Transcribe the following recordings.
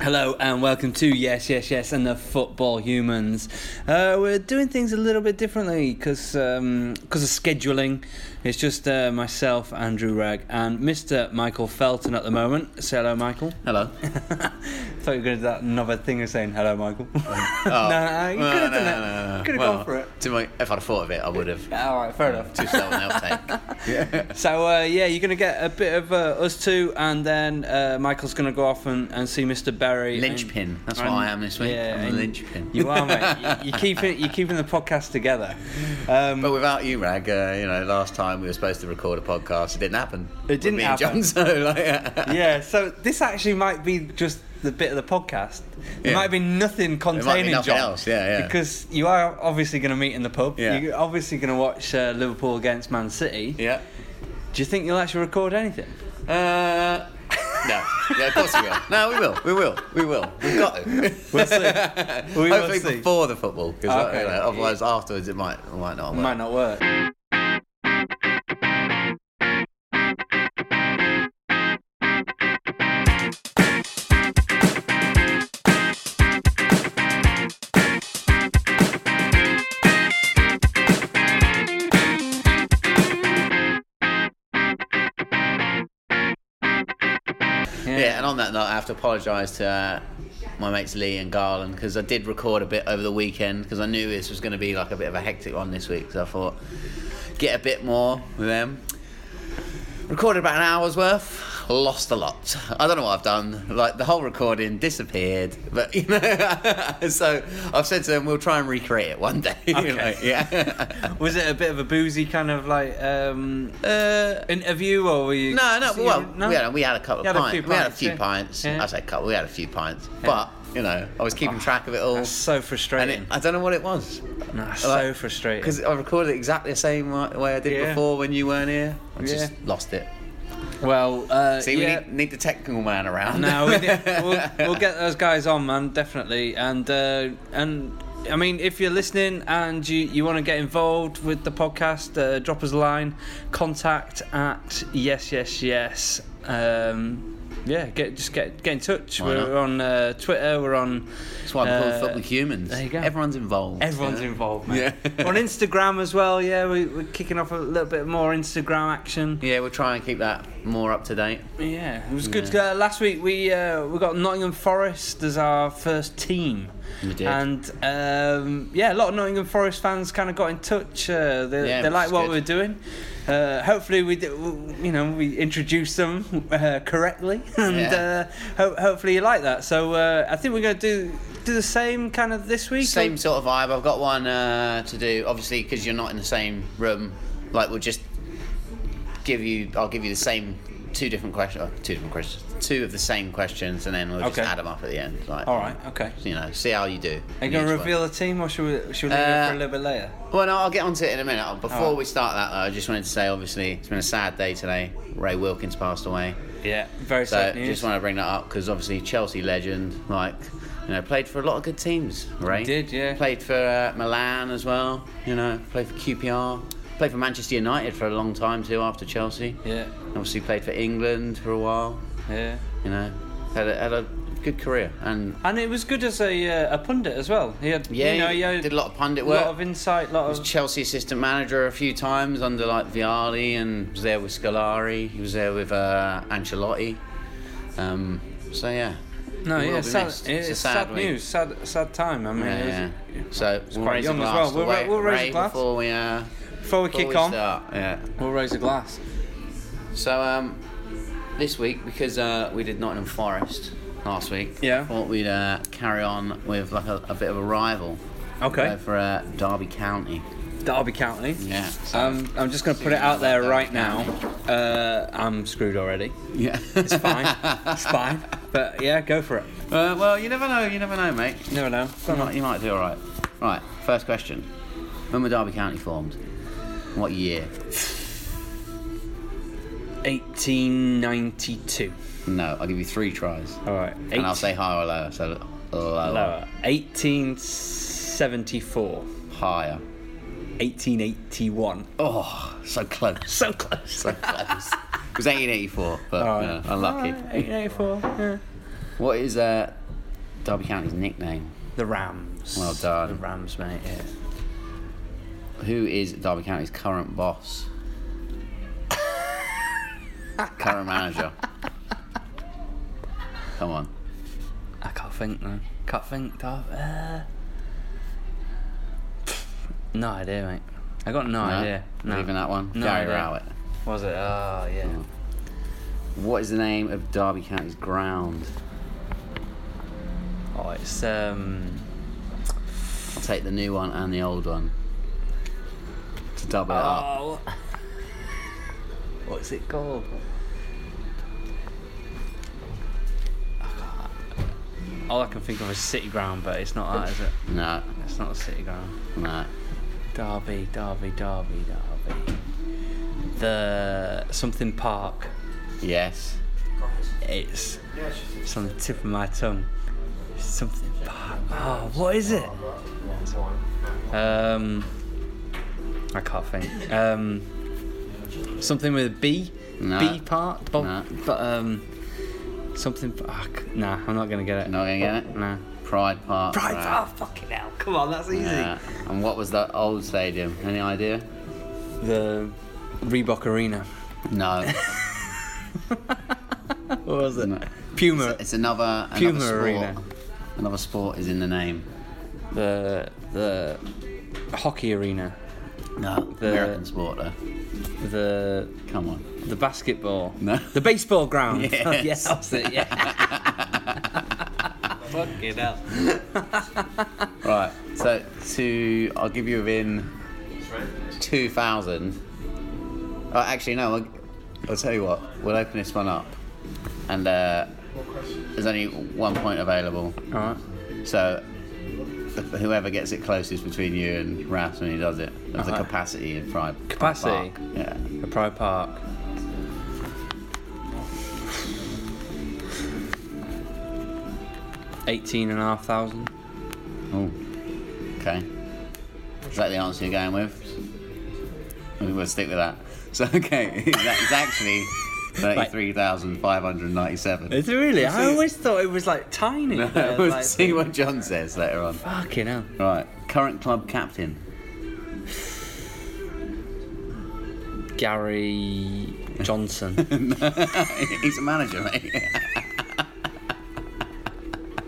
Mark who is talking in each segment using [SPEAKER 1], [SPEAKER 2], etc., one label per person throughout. [SPEAKER 1] Hello and welcome to Yes, Yes, Yes and the Football Humans. Uh, we're doing things a little bit differently because of scheduling. It's just uh, myself, Andrew Ragg, and Mr. Michael Felton at the moment. Say hello, Michael.
[SPEAKER 2] Hello.
[SPEAKER 1] Thought you were going to do that another thing of saying hello, Michael.
[SPEAKER 2] Oh.
[SPEAKER 1] no, you could have done it.
[SPEAKER 2] no, no, no.
[SPEAKER 1] You could have
[SPEAKER 2] Well,
[SPEAKER 1] gone for it.
[SPEAKER 2] To my, if I'd thought of it, I would have.
[SPEAKER 1] All right, fair enough.
[SPEAKER 2] Too slow an outtake. yeah.
[SPEAKER 1] So uh, yeah, you're gonna get a bit of uh, us two, and then uh, Michael's gonna go off and, and see Mr. Berry.
[SPEAKER 2] Linchpin. That's what
[SPEAKER 1] and-
[SPEAKER 2] I am this week.
[SPEAKER 1] Yeah,
[SPEAKER 2] I'm
[SPEAKER 1] and
[SPEAKER 2] the linchpin.
[SPEAKER 1] You are, mate. You- You're keeping you're keeping the podcast together. Um,
[SPEAKER 2] But without you, Rag, uh, you know, last time we were supposed to record a podcast, it didn't happen. With
[SPEAKER 1] didn't
[SPEAKER 2] me and
[SPEAKER 1] happen.
[SPEAKER 2] John, so, like, yeah.
[SPEAKER 1] yeah, so this actually might be just the bit of the podcast. There
[SPEAKER 2] Yeah.
[SPEAKER 1] might be nothing containing
[SPEAKER 2] nothing
[SPEAKER 1] John.
[SPEAKER 2] else, yeah, yeah.
[SPEAKER 1] Because you are obviously gonna meet in the pub.
[SPEAKER 2] Yeah.
[SPEAKER 1] You're obviously gonna watch uh, Liverpool against Man City.
[SPEAKER 2] Yeah.
[SPEAKER 1] Do you think you'll actually record anything?
[SPEAKER 2] Uh, no. Yeah, of course we will. No, we will. We will. We will. We've got to.
[SPEAKER 1] We'll see. We will
[SPEAKER 2] Hopefully
[SPEAKER 1] see. Ah,
[SPEAKER 2] before the football, because
[SPEAKER 1] Okay.
[SPEAKER 2] otherwise afterwards it might, it might not. Work.
[SPEAKER 1] Might not work.
[SPEAKER 2] Yeah, and on that note, I have to apologise to uh, my mates Lee and Garland because I did record a bit over the weekend because I knew this was going to be like a bit of a hectic one this week. So I thought get a bit more with them. Recorded about an hour's worth, lost a lot. I don't know what I've done. Like the whole recording disappeared, but you know. so I've said to them, we'll try and recreate it one day.
[SPEAKER 1] Okay.
[SPEAKER 2] Like, yeah.
[SPEAKER 1] Was it a bit of a boozy kind of like um,
[SPEAKER 2] uh,
[SPEAKER 1] interview, or were you?
[SPEAKER 2] No, no.
[SPEAKER 1] so you-
[SPEAKER 2] Well, we, had, we had a couple
[SPEAKER 1] You had
[SPEAKER 2] of
[SPEAKER 1] a
[SPEAKER 2] pints.
[SPEAKER 1] few
[SPEAKER 2] we had a
[SPEAKER 1] pints,
[SPEAKER 2] few
[SPEAKER 1] yeah.
[SPEAKER 2] pints.
[SPEAKER 1] Yeah. Oh,
[SPEAKER 2] I say couple. We had a few pints, but you know, I was keeping track of it all,
[SPEAKER 1] That's so
[SPEAKER 2] and
[SPEAKER 1] frustrating.
[SPEAKER 2] it, I don't know what it was
[SPEAKER 1] No, that's
[SPEAKER 2] like-
[SPEAKER 1] so frustrating.
[SPEAKER 2] because I recorded it exactly the same wa- way I did
[SPEAKER 1] Yeah.
[SPEAKER 2] before when you weren't here. I just
[SPEAKER 1] Yeah.
[SPEAKER 2] lost it.
[SPEAKER 1] well, uh,
[SPEAKER 2] See,
[SPEAKER 1] yeah.
[SPEAKER 2] we need, need the technical man around.
[SPEAKER 1] no, we did, we'll, we'll get those guys on, man, definitely. And uh, and I mean, if you're listening and you, you want to get involved with the podcast, uh, drop us a line. Contact at yes yes yes. Um, yeah, get just get get in touch.
[SPEAKER 2] Why
[SPEAKER 1] we're
[SPEAKER 2] not?
[SPEAKER 1] on uh, Twitter. We're on.
[SPEAKER 2] that's why we call
[SPEAKER 1] uh,
[SPEAKER 2] it football humans.
[SPEAKER 1] there you go.
[SPEAKER 2] Everyone's involved.
[SPEAKER 1] Everyone's
[SPEAKER 2] you know?
[SPEAKER 1] involved, man.
[SPEAKER 2] Yeah.
[SPEAKER 1] on Instagram as well. Yeah, we, we're kicking off a little bit more Instagram action.
[SPEAKER 2] Yeah, we'll try and keep that more up to date.
[SPEAKER 1] Yeah, it was good. Uh, last week we uh, we got Nottingham Forest as our first team.
[SPEAKER 2] We did.
[SPEAKER 1] And um, yeah, a lot of Nottingham Forest fans kind of got in touch. Uh, they
[SPEAKER 2] Yeah,
[SPEAKER 1] they
[SPEAKER 2] which
[SPEAKER 1] like
[SPEAKER 2] is
[SPEAKER 1] what
[SPEAKER 2] good.
[SPEAKER 1] we were doing. Uh, hopefully we did, you know we introduced them uh, correctly, and
[SPEAKER 2] Yeah.
[SPEAKER 1] uh, ho- hopefully you like that. So uh, I think we're going to do do the same kind of this week.
[SPEAKER 2] Same sort of vibe. I've got one uh, to do, obviously, because you're not in the same room. Like, we'll just give you. I'll give you the same two different questions. Oh, two different questions. Two of the same questions, and then we'll just
[SPEAKER 1] Okay.
[SPEAKER 2] add them up at the end. Like,
[SPEAKER 1] All right. Okay.
[SPEAKER 2] You know, see how you do.
[SPEAKER 1] Are you
[SPEAKER 2] in
[SPEAKER 1] going
[SPEAKER 2] each
[SPEAKER 1] to
[SPEAKER 2] one.
[SPEAKER 1] reveal the team, or should we should we leave it
[SPEAKER 2] Uh,
[SPEAKER 1] for a little bit later?
[SPEAKER 2] Well, no, I'll get onto it in a minute. Before
[SPEAKER 1] All right.
[SPEAKER 2] we start that, though, I just wanted to say, obviously, it's been a sad day today. Ray Wilkins passed away.
[SPEAKER 1] Yeah. Very
[SPEAKER 2] So
[SPEAKER 1] sad news.
[SPEAKER 2] just want to bring that up because obviously Chelsea legend, like you know, played for a lot of good teams, right?
[SPEAKER 1] did, yeah.
[SPEAKER 2] Played for uh, Milan as well, you know. Played for QPR. Played for Manchester United for a long time too. After Chelsea,
[SPEAKER 1] Yeah.
[SPEAKER 2] obviously played for England for a while.
[SPEAKER 1] Yeah.
[SPEAKER 2] You know, had a, had a good career and
[SPEAKER 1] And it was good as a, uh, a pundit as well. He had,
[SPEAKER 2] yeah,
[SPEAKER 1] you know, he
[SPEAKER 2] he
[SPEAKER 1] had
[SPEAKER 2] did a lot of pundit
[SPEAKER 1] a
[SPEAKER 2] work.
[SPEAKER 1] lot of insight, lot of.
[SPEAKER 2] Chelsea assistant manager a few times under like Vialli and was there with Scolari. He was there with uh, Ancelotti. Um, so yeah.
[SPEAKER 1] No,
[SPEAKER 2] He will
[SPEAKER 1] yeah,
[SPEAKER 2] be
[SPEAKER 1] sad,
[SPEAKER 2] missed.
[SPEAKER 1] it's sad,
[SPEAKER 2] week.
[SPEAKER 1] news, sad, sad time. I mean,
[SPEAKER 2] Yeah,
[SPEAKER 1] it was-
[SPEAKER 2] yeah. So we'll
[SPEAKER 1] quite
[SPEAKER 2] raise
[SPEAKER 1] young
[SPEAKER 2] a
[SPEAKER 1] as
[SPEAKER 2] glass
[SPEAKER 1] well.
[SPEAKER 2] to
[SPEAKER 1] We'll ra-
[SPEAKER 2] Ray-
[SPEAKER 1] we'll raise a
[SPEAKER 2] Ray
[SPEAKER 1] glass.
[SPEAKER 2] before we uh,
[SPEAKER 1] before we
[SPEAKER 2] before
[SPEAKER 1] kick
[SPEAKER 2] we
[SPEAKER 1] on,
[SPEAKER 2] Start. Yeah.
[SPEAKER 1] we'll raise a glass.
[SPEAKER 2] So um, this week because uh, we did Nottingham Forest last week.
[SPEAKER 1] Yeah.
[SPEAKER 2] I thought we'd uh, carry on with like a, a bit of a rival.
[SPEAKER 1] Okay.
[SPEAKER 2] Go for uh, Derby County.
[SPEAKER 1] Derby County.
[SPEAKER 2] Yeah. So,
[SPEAKER 1] Um, I'm just going to put it out there right now. Uh, I'm screwed already.
[SPEAKER 2] yeah.
[SPEAKER 1] It's fine. it's fine. But yeah, go for it.
[SPEAKER 2] Uh, well, you never know. You never know, mate.
[SPEAKER 1] You never know.
[SPEAKER 2] You might, you might do all right. Right. First question. When were Derby County formed? What year?
[SPEAKER 1] 1892.
[SPEAKER 2] No, I'll give you three tries.
[SPEAKER 1] All right.
[SPEAKER 2] And I'll say higher or lower. So lower.
[SPEAKER 1] lower. 1874.
[SPEAKER 2] Higher.
[SPEAKER 1] 1881.
[SPEAKER 2] Oh, so close.
[SPEAKER 1] So close.
[SPEAKER 2] So close. it was 1884, but
[SPEAKER 1] All right.
[SPEAKER 2] you know, unlucky.
[SPEAKER 1] 1884. Yeah.
[SPEAKER 2] What is uh, Derby County's nickname?
[SPEAKER 1] The Rams.
[SPEAKER 2] Well done.
[SPEAKER 1] The Rams, mate. Yeah.
[SPEAKER 2] Who is Derby County's current boss? current manager. Come on.
[SPEAKER 1] I can't think now. Can't think. Darth. Uh... No idea, mate. I got no, idea. Oh, No.
[SPEAKER 2] Leaving that one.
[SPEAKER 1] No
[SPEAKER 2] Gary
[SPEAKER 1] idea.
[SPEAKER 2] Rowett.
[SPEAKER 1] Was it? Oh yeah.
[SPEAKER 2] What is the name of Derby County's ground?
[SPEAKER 1] Oh, it's um.
[SPEAKER 2] I'll take the new one and the old one. To double it up.
[SPEAKER 1] Oh. What's it called? All I can think of is City Ground, but it's not that, is it?
[SPEAKER 2] No,
[SPEAKER 1] It's not a City Ground.
[SPEAKER 2] no.
[SPEAKER 1] Derby, Derby, Derby, Derby. The something park.
[SPEAKER 2] Yes.
[SPEAKER 1] It's, it's on the tip of my tongue. Something park. Oh, what is it? Um, I can't think. Um, something with a B.
[SPEAKER 2] No.
[SPEAKER 1] B part. Bob,
[SPEAKER 2] No.
[SPEAKER 1] But um, something. ah, c- nah, I'm not gonna get it.
[SPEAKER 2] Not gonna get it?
[SPEAKER 1] Nah.
[SPEAKER 2] Pride Park.
[SPEAKER 1] Right.
[SPEAKER 2] Right.
[SPEAKER 1] Oh, fucking hell! Come on, that's easy.
[SPEAKER 2] Yeah. And what was that old stadium? Any idea?
[SPEAKER 1] The Reebok Arena.
[SPEAKER 2] No.
[SPEAKER 1] What was it?
[SPEAKER 2] No.
[SPEAKER 1] Puma.
[SPEAKER 2] It's another, another
[SPEAKER 1] Puma
[SPEAKER 2] sport.
[SPEAKER 1] Arena.
[SPEAKER 2] Another sport is in the name.
[SPEAKER 1] the the hockey arena,
[SPEAKER 2] No.
[SPEAKER 1] The-
[SPEAKER 2] American sport though.
[SPEAKER 1] the
[SPEAKER 2] Come on.
[SPEAKER 1] the basketball,
[SPEAKER 2] No.
[SPEAKER 1] the baseball ground.
[SPEAKER 2] Yes.
[SPEAKER 1] yes, that's it. Yeah. Fucking hell.
[SPEAKER 2] Right. So to I'll give you within two thousand. Oh, actually no. I'll, I'll tell you what. We'll open this one up, and uh, there's only one point available.
[SPEAKER 1] All right.
[SPEAKER 2] So whoever gets it closest between you and Raf when he does it, there's
[SPEAKER 1] Uh-huh.
[SPEAKER 2] a capacity in Pride. Pride
[SPEAKER 1] Capacity?
[SPEAKER 2] Park. Yeah.
[SPEAKER 1] The Pride Park. Eighteen and a half thousand.
[SPEAKER 2] Oh. Okay. Is that the answer you're going with? We will stick with that. So okay, that's actually thirty-three thousand five hundred ninety-seven.
[SPEAKER 1] Is it really? I always thought it was like tiny. but,
[SPEAKER 2] we'll
[SPEAKER 1] like,
[SPEAKER 2] see what John says later on.
[SPEAKER 1] Fucking hell.
[SPEAKER 2] Right, current club captain.
[SPEAKER 1] Gary Johnson.
[SPEAKER 2] He's a manager, mate.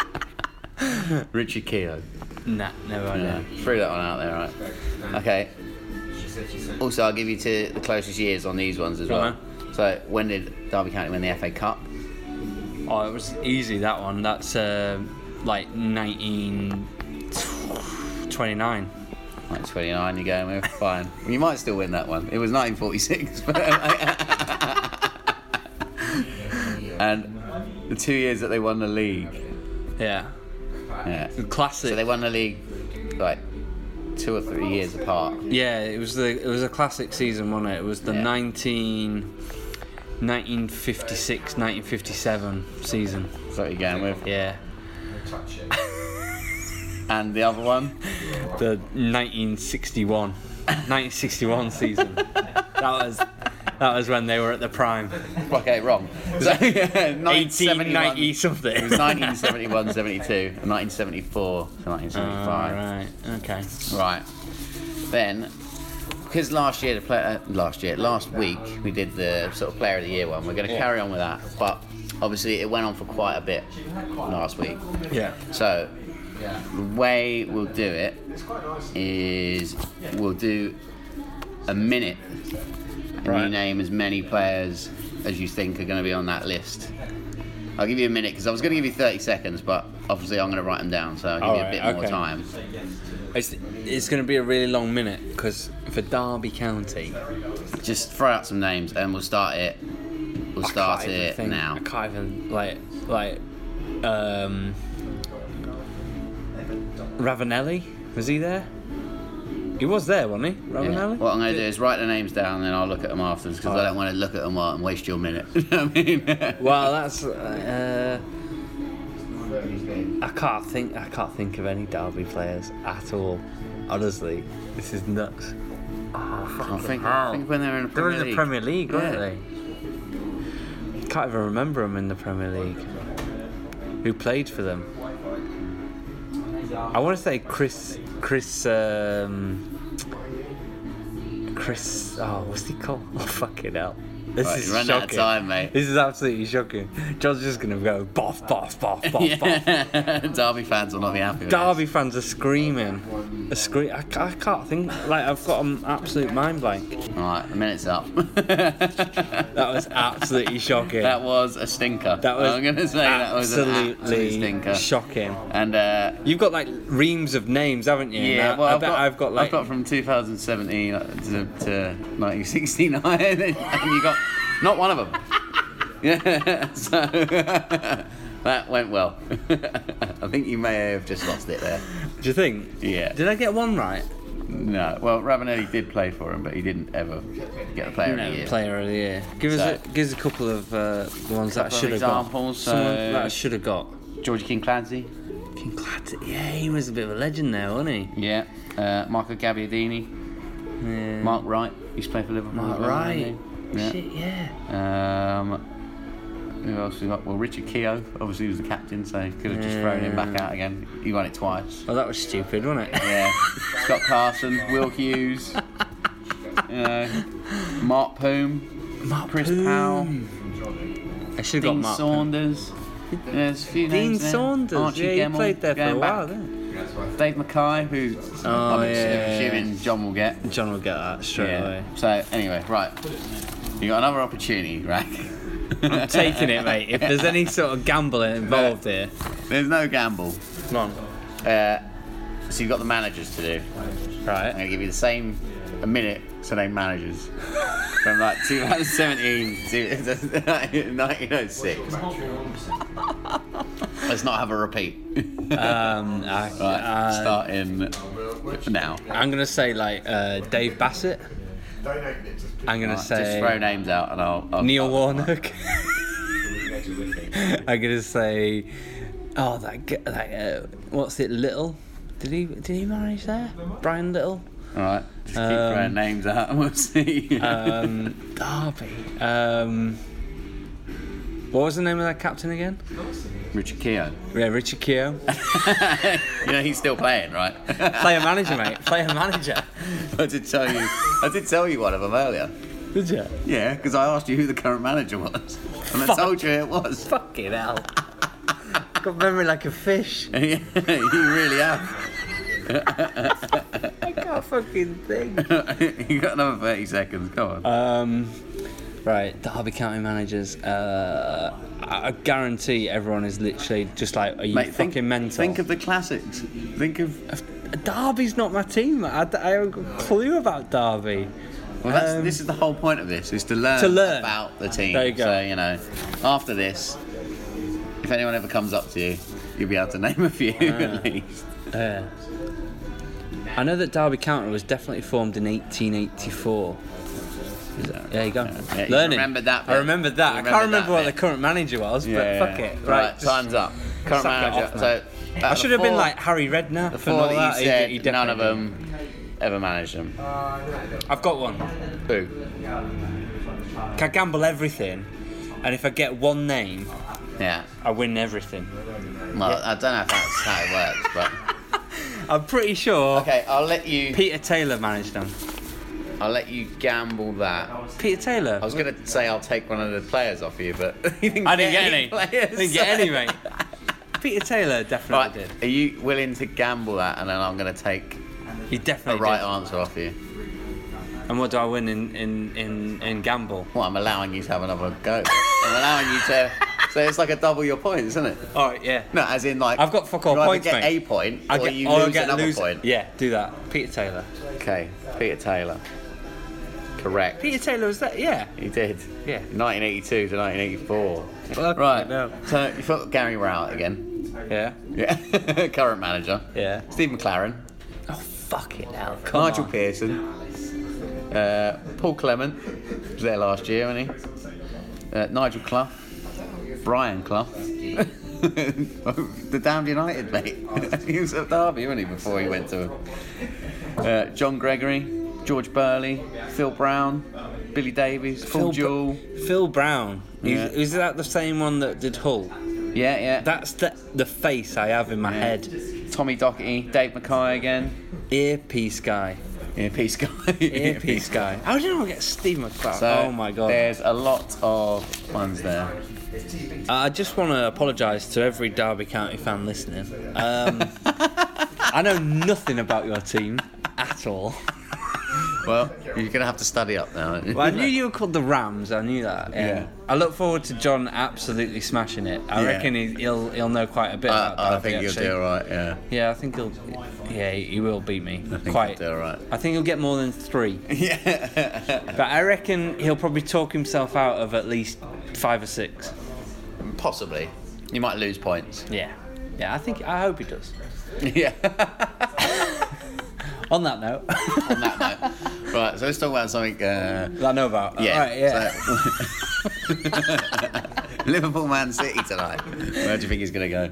[SPEAKER 2] Richard Keogh.
[SPEAKER 1] nah, never
[SPEAKER 2] Yeah,
[SPEAKER 1] idea.
[SPEAKER 2] threw that one out there, right? Okay. Also, I'll give you to the closest years on these ones as well.
[SPEAKER 1] Right.
[SPEAKER 2] So, when did Derby County win the FA Cup?
[SPEAKER 1] Oh, it was easy that one. That's uh, like 1929.
[SPEAKER 2] Like 29, you're going with? Fine. You might still win that one. It was 1946. But and the two years that they won the league.
[SPEAKER 1] Yeah.
[SPEAKER 2] Yeah.
[SPEAKER 1] Classic.
[SPEAKER 2] So, they won the league like two or three years apart.
[SPEAKER 1] yeah, it was the it was a classic season, wasn't it? It was the
[SPEAKER 2] Yeah.
[SPEAKER 1] 19 1956 1957 season.
[SPEAKER 2] So, you're going with?
[SPEAKER 1] Yeah.
[SPEAKER 2] And the other one?
[SPEAKER 1] The 1961 1961 season. that was that was when they were at the prime.
[SPEAKER 2] Okay, wrong. So, 1971.
[SPEAKER 1] 1890
[SPEAKER 2] It
[SPEAKER 1] something.
[SPEAKER 2] was 1971, 72, and 1974 to 1975.
[SPEAKER 1] Alright, okay.
[SPEAKER 2] right. Then, because last year, the play, uh, last year, last week, we did the sort of Player of the Year one. We're going to carry on with that, but obviously it went on for quite a bit last week.
[SPEAKER 1] Yeah.
[SPEAKER 2] So, the way we'll do it is we'll do a minute, and you
[SPEAKER 1] Right.
[SPEAKER 2] name as many players as you think are going to be on that list. I'll give you a minute because I was going to give you 30 seconds, but obviously I'm going to write them down, so I'll give you
[SPEAKER 1] Alright,
[SPEAKER 2] a bit more
[SPEAKER 1] okay.
[SPEAKER 2] time.
[SPEAKER 1] It's, it's going to be a really long minute because for Derby County,
[SPEAKER 2] Just throw out some names, and we'll start it. We'll
[SPEAKER 1] I
[SPEAKER 2] start
[SPEAKER 1] can't even
[SPEAKER 2] it
[SPEAKER 1] think-
[SPEAKER 2] now.
[SPEAKER 1] I can't even like like um, Ravanelli was he there? He was there, wasn't he?
[SPEAKER 2] Yeah.
[SPEAKER 1] Ravanelli.
[SPEAKER 2] What I'm going to do is write the names down, and then I'll look at them afterwards because I don't want to look at them while and waste your minute. You know what I mean?
[SPEAKER 1] Well, that's. Uh, I can't think. I can't think of any Derby players at all. Honestly, this is nuts.
[SPEAKER 2] I think,
[SPEAKER 1] hell.
[SPEAKER 2] I think when they're in the
[SPEAKER 1] They're
[SPEAKER 2] Premier
[SPEAKER 1] in the
[SPEAKER 2] League.
[SPEAKER 1] Premier League,
[SPEAKER 2] Yeah.
[SPEAKER 1] aren't they? Can't even remember them in the Premier League. Who played for them? I want to say Chris Chris um, Chris. Oh, what's he called? Oh, fucking hell. This
[SPEAKER 2] Right,
[SPEAKER 1] is
[SPEAKER 2] you're running out
[SPEAKER 1] shocking.
[SPEAKER 2] of time, mate.
[SPEAKER 1] This is absolutely shocking. John's just gonna go boff, boff, boff, boff, boff.
[SPEAKER 2] Yeah. Derby fans will not be happy with
[SPEAKER 1] Derby fans are screaming. A scream. I, ca- I can't think. Like I've got an absolute mind blank.
[SPEAKER 2] this. Alright, the minute's up.
[SPEAKER 1] That was absolutely shocking.
[SPEAKER 2] that was a stinker.
[SPEAKER 1] That was
[SPEAKER 2] I'm going to say that was an absolute stinker.
[SPEAKER 1] shocking.
[SPEAKER 2] and uh,
[SPEAKER 1] You've got like reams of names, haven't you?
[SPEAKER 2] yeah,
[SPEAKER 1] Now, uh,
[SPEAKER 2] well,
[SPEAKER 1] I bet
[SPEAKER 2] I've got,
[SPEAKER 1] I've got like.
[SPEAKER 2] from 2017 uh, to, to 1969, and you got not one of them. Yeah, so that went well. I think you may have just lost it there.
[SPEAKER 1] do you think?
[SPEAKER 2] Yeah.
[SPEAKER 1] Did I get one right?
[SPEAKER 2] No, well, Ravanelli did play for him, but he didn't ever get a player of the year.
[SPEAKER 1] Player of the year. Give
[SPEAKER 2] So-
[SPEAKER 1] us a, give us a couple of uh, the ones that I
[SPEAKER 2] Couple of
[SPEAKER 1] should have got.
[SPEAKER 2] examples,
[SPEAKER 1] Someone
[SPEAKER 2] so-
[SPEAKER 1] that I should have got.
[SPEAKER 2] George King Clancy.
[SPEAKER 1] Fucking glad to- yeah, he was a bit of a legend there, wasn't he?
[SPEAKER 2] Yeah. Uh, Michael Gabbiadini.
[SPEAKER 1] Yeah.
[SPEAKER 2] Mark Wright. He's played for Liverpool.
[SPEAKER 1] Mark Wright. Shit,
[SPEAKER 2] Yeah.
[SPEAKER 1] yeah.
[SPEAKER 2] Um, who else we got? Well, Richard Keogh. Obviously, he was the captain, so he could have just thrown him back out again. He won it twice.
[SPEAKER 1] Well, that was stupid, wasn't it?
[SPEAKER 2] Yeah. Scott Carson. Will Hughes. you know, Mark Poom.
[SPEAKER 1] Mark
[SPEAKER 2] Chris
[SPEAKER 1] Poom.
[SPEAKER 2] Powell.
[SPEAKER 1] I should have got
[SPEAKER 2] Dean
[SPEAKER 1] Mark. Poom.
[SPEAKER 2] Saunders. Yeah, there's a few
[SPEAKER 1] Dean
[SPEAKER 2] names there.
[SPEAKER 1] Saunders.
[SPEAKER 2] Archie
[SPEAKER 1] yeah,
[SPEAKER 2] Gemmell,
[SPEAKER 1] he played there for a
[SPEAKER 2] going back.
[SPEAKER 1] while, didn't
[SPEAKER 2] Dave Mackay, who
[SPEAKER 1] Oh,
[SPEAKER 2] I'm
[SPEAKER 1] yeah.
[SPEAKER 2] assuming John will get.
[SPEAKER 1] he? John will get that straight away.
[SPEAKER 2] So anyway, right. You got another opportunity, Rack.
[SPEAKER 1] I'm taking it, mate. If there's any sort of gambling involved here,
[SPEAKER 2] There's no gamble.
[SPEAKER 1] come on.
[SPEAKER 2] Uh, so you've got the managers to do. I'm
[SPEAKER 1] Right.
[SPEAKER 2] gonna give you the same a minute to name managers from like 2017 to 1906. Let's not have a repeat.
[SPEAKER 1] Um, I,
[SPEAKER 2] Right,
[SPEAKER 1] uh,
[SPEAKER 2] starting now.
[SPEAKER 1] I'm gonna say like uh, Dave Bassett. I'm gonna
[SPEAKER 2] Right, just
[SPEAKER 1] say
[SPEAKER 2] throw names out and I'll. I'll
[SPEAKER 1] Neil
[SPEAKER 2] I'll-
[SPEAKER 1] Warnock. I'm gonna say, oh that g- that uh, what's it Little? Did he did he manage there? Brian Little.
[SPEAKER 2] All right, just keep
[SPEAKER 1] Um,
[SPEAKER 2] throwing names out and we'll see.
[SPEAKER 1] Um, Derby. Um, what was the name of that captain again?
[SPEAKER 2] Richard Keogh.
[SPEAKER 1] Yeah, Richard Keogh.
[SPEAKER 2] You know he's still playing, right?
[SPEAKER 1] Player manager, mate. Player manager.
[SPEAKER 2] I did tell you. I did tell you one of them earlier.
[SPEAKER 1] Did you?
[SPEAKER 2] Yeah, because I asked you who the current manager was, and I
[SPEAKER 1] Fuck.
[SPEAKER 2] told you it was.
[SPEAKER 1] Fucking hell. Got memory like a fish.
[SPEAKER 2] you really have.
[SPEAKER 1] I can't fucking think.
[SPEAKER 2] you got another thirty seconds. Come on.
[SPEAKER 1] Um, right, Derby County managers. Uh, I I guarantee everyone is literally just like, are you
[SPEAKER 2] Mate,
[SPEAKER 1] fucking
[SPEAKER 2] think,
[SPEAKER 1] mental?
[SPEAKER 2] think of the classics. Think of
[SPEAKER 1] Derby's not my team. I, d- I haven't got a clue about Derby.
[SPEAKER 2] well, that's,
[SPEAKER 1] Um,
[SPEAKER 2] this is the whole point of this: is to learn,
[SPEAKER 1] To learn.
[SPEAKER 2] about the team.
[SPEAKER 1] There you go.
[SPEAKER 2] So you know, after this, if anyone ever comes up to you, you'll be able to name a few at least.
[SPEAKER 1] Uh, I know that Derby County was definitely formed in 1884. There you go.
[SPEAKER 2] Yeah, you
[SPEAKER 1] Learning.
[SPEAKER 2] remembered that
[SPEAKER 1] I
[SPEAKER 2] bit.
[SPEAKER 1] remembered that.
[SPEAKER 2] You
[SPEAKER 1] I can't
[SPEAKER 2] remembered
[SPEAKER 1] remember
[SPEAKER 2] that
[SPEAKER 1] what
[SPEAKER 2] bit.
[SPEAKER 1] the current manager was, but fuck it.
[SPEAKER 2] Right,
[SPEAKER 1] just-
[SPEAKER 2] time's up. Current
[SPEAKER 1] suck it
[SPEAKER 2] manager.
[SPEAKER 1] off,
[SPEAKER 2] so out
[SPEAKER 1] I
[SPEAKER 2] of
[SPEAKER 1] should
[SPEAKER 2] the
[SPEAKER 1] have been
[SPEAKER 2] four-
[SPEAKER 1] like Harry Redknapp.
[SPEAKER 2] the
[SPEAKER 1] and
[SPEAKER 2] four
[SPEAKER 1] all
[SPEAKER 2] that you
[SPEAKER 1] he-
[SPEAKER 2] said.
[SPEAKER 1] he
[SPEAKER 2] none of
[SPEAKER 1] definitely did.
[SPEAKER 2] them ever managed them.
[SPEAKER 1] I've got one.
[SPEAKER 2] Who?
[SPEAKER 1] I gamble everything, and if I get one name,
[SPEAKER 2] Yeah.
[SPEAKER 1] I win everything.
[SPEAKER 2] Well, I don't know if that's how it works, but
[SPEAKER 1] I'm pretty sure
[SPEAKER 2] okay, I'll let you.
[SPEAKER 1] Peter Taylor managed them.
[SPEAKER 2] I'll let you gamble that.
[SPEAKER 1] Peter Taylor.
[SPEAKER 2] I was gonna say I'll take one of the players off you, but you didn't
[SPEAKER 1] I didn't get any.
[SPEAKER 2] Players.
[SPEAKER 1] Didn't get any, mate. Peter Taylor
[SPEAKER 2] Right,
[SPEAKER 1] definitely
[SPEAKER 2] are you willing to gamble that, and then I'm gonna take
[SPEAKER 1] did. He
[SPEAKER 2] the
[SPEAKER 1] definitely
[SPEAKER 2] right
[SPEAKER 1] did.
[SPEAKER 2] answer off you?
[SPEAKER 1] And what do I win in in in, in gamble?
[SPEAKER 2] Well, I'm allowing you to have another go. I'm allowing you to. So it's like a double your points, isn't it?
[SPEAKER 1] All right, yeah.
[SPEAKER 2] No, as in like
[SPEAKER 1] I've got fuck all
[SPEAKER 2] you either
[SPEAKER 1] points,
[SPEAKER 2] get
[SPEAKER 1] mate.
[SPEAKER 2] a point,
[SPEAKER 1] I
[SPEAKER 2] or
[SPEAKER 1] get,
[SPEAKER 2] you
[SPEAKER 1] or I
[SPEAKER 2] lose
[SPEAKER 1] get
[SPEAKER 2] another
[SPEAKER 1] lose-
[SPEAKER 2] point.
[SPEAKER 1] Yeah, do that. Peter Taylor.
[SPEAKER 2] Okay, Peter Taylor. Correct.
[SPEAKER 1] Peter Taylor was that? Yeah.
[SPEAKER 2] He did.
[SPEAKER 1] Yeah.
[SPEAKER 2] 1982 to 1984.
[SPEAKER 1] Fucking
[SPEAKER 2] right.
[SPEAKER 1] hell.
[SPEAKER 2] So you've got Gary Rowett again.
[SPEAKER 1] Yeah.
[SPEAKER 2] Yeah. Current manager.
[SPEAKER 1] Yeah.
[SPEAKER 2] Steve McLaren.
[SPEAKER 1] Oh fuck it now. Come
[SPEAKER 2] Nigel
[SPEAKER 1] on.
[SPEAKER 2] Pearson. Uh, Paul Clement was there last year, wasn't he? Uh, Nigel Clough. Brian Clough. the damned United, mate. he was at Derby, wasn't he, before he went to. Uh, John Gregory, George Burley, Phil Brown, Billy Davies, Paul Jewell.
[SPEAKER 1] Phil Brown. Is,
[SPEAKER 2] Yeah.
[SPEAKER 1] is that the same one that did Hull?
[SPEAKER 2] yeah, yeah.
[SPEAKER 1] That's the the face I have in my head.
[SPEAKER 3] Tommy Doherty, Dave Mackay again, earpiece guy,
[SPEAKER 2] Earpiece guy.
[SPEAKER 3] earpiece guy.
[SPEAKER 1] How did I get Steve McCloud?
[SPEAKER 3] So
[SPEAKER 1] oh my god.
[SPEAKER 3] There's a lot of ones there.
[SPEAKER 1] I just want to apologise to every Derby County fan listening. Um, I know nothing about your team at all.
[SPEAKER 2] Well, you're going to have to study up now.
[SPEAKER 1] Well, I knew you were called the Rams. I knew that. yeah.
[SPEAKER 2] Yeah.
[SPEAKER 1] I look forward to John absolutely smashing it. I
[SPEAKER 2] Yeah.
[SPEAKER 1] reckon he, he'll he'll know quite a bit.
[SPEAKER 2] I,
[SPEAKER 1] about
[SPEAKER 2] I
[SPEAKER 1] Derby,
[SPEAKER 2] think you'll
[SPEAKER 1] actually.
[SPEAKER 2] do all right, yeah.
[SPEAKER 1] Yeah, I think he'll. Yeah, he will beat me.
[SPEAKER 2] think
[SPEAKER 1] quite.
[SPEAKER 2] he'll do all right.
[SPEAKER 1] I think he'll get more than three. Yeah. but I reckon he'll probably talk himself out of at least five or six.
[SPEAKER 2] Possibly. You might lose points.
[SPEAKER 1] Yeah. Yeah, I think. I hope he does.
[SPEAKER 2] yeah.
[SPEAKER 1] On that note,
[SPEAKER 2] On that note. Right, so let's talk about something. Uh,
[SPEAKER 1] that I know about.
[SPEAKER 2] yeah.
[SPEAKER 1] Alright, yeah.
[SPEAKER 2] so- Liverpool Man City tonight. Where do you think he's going to go?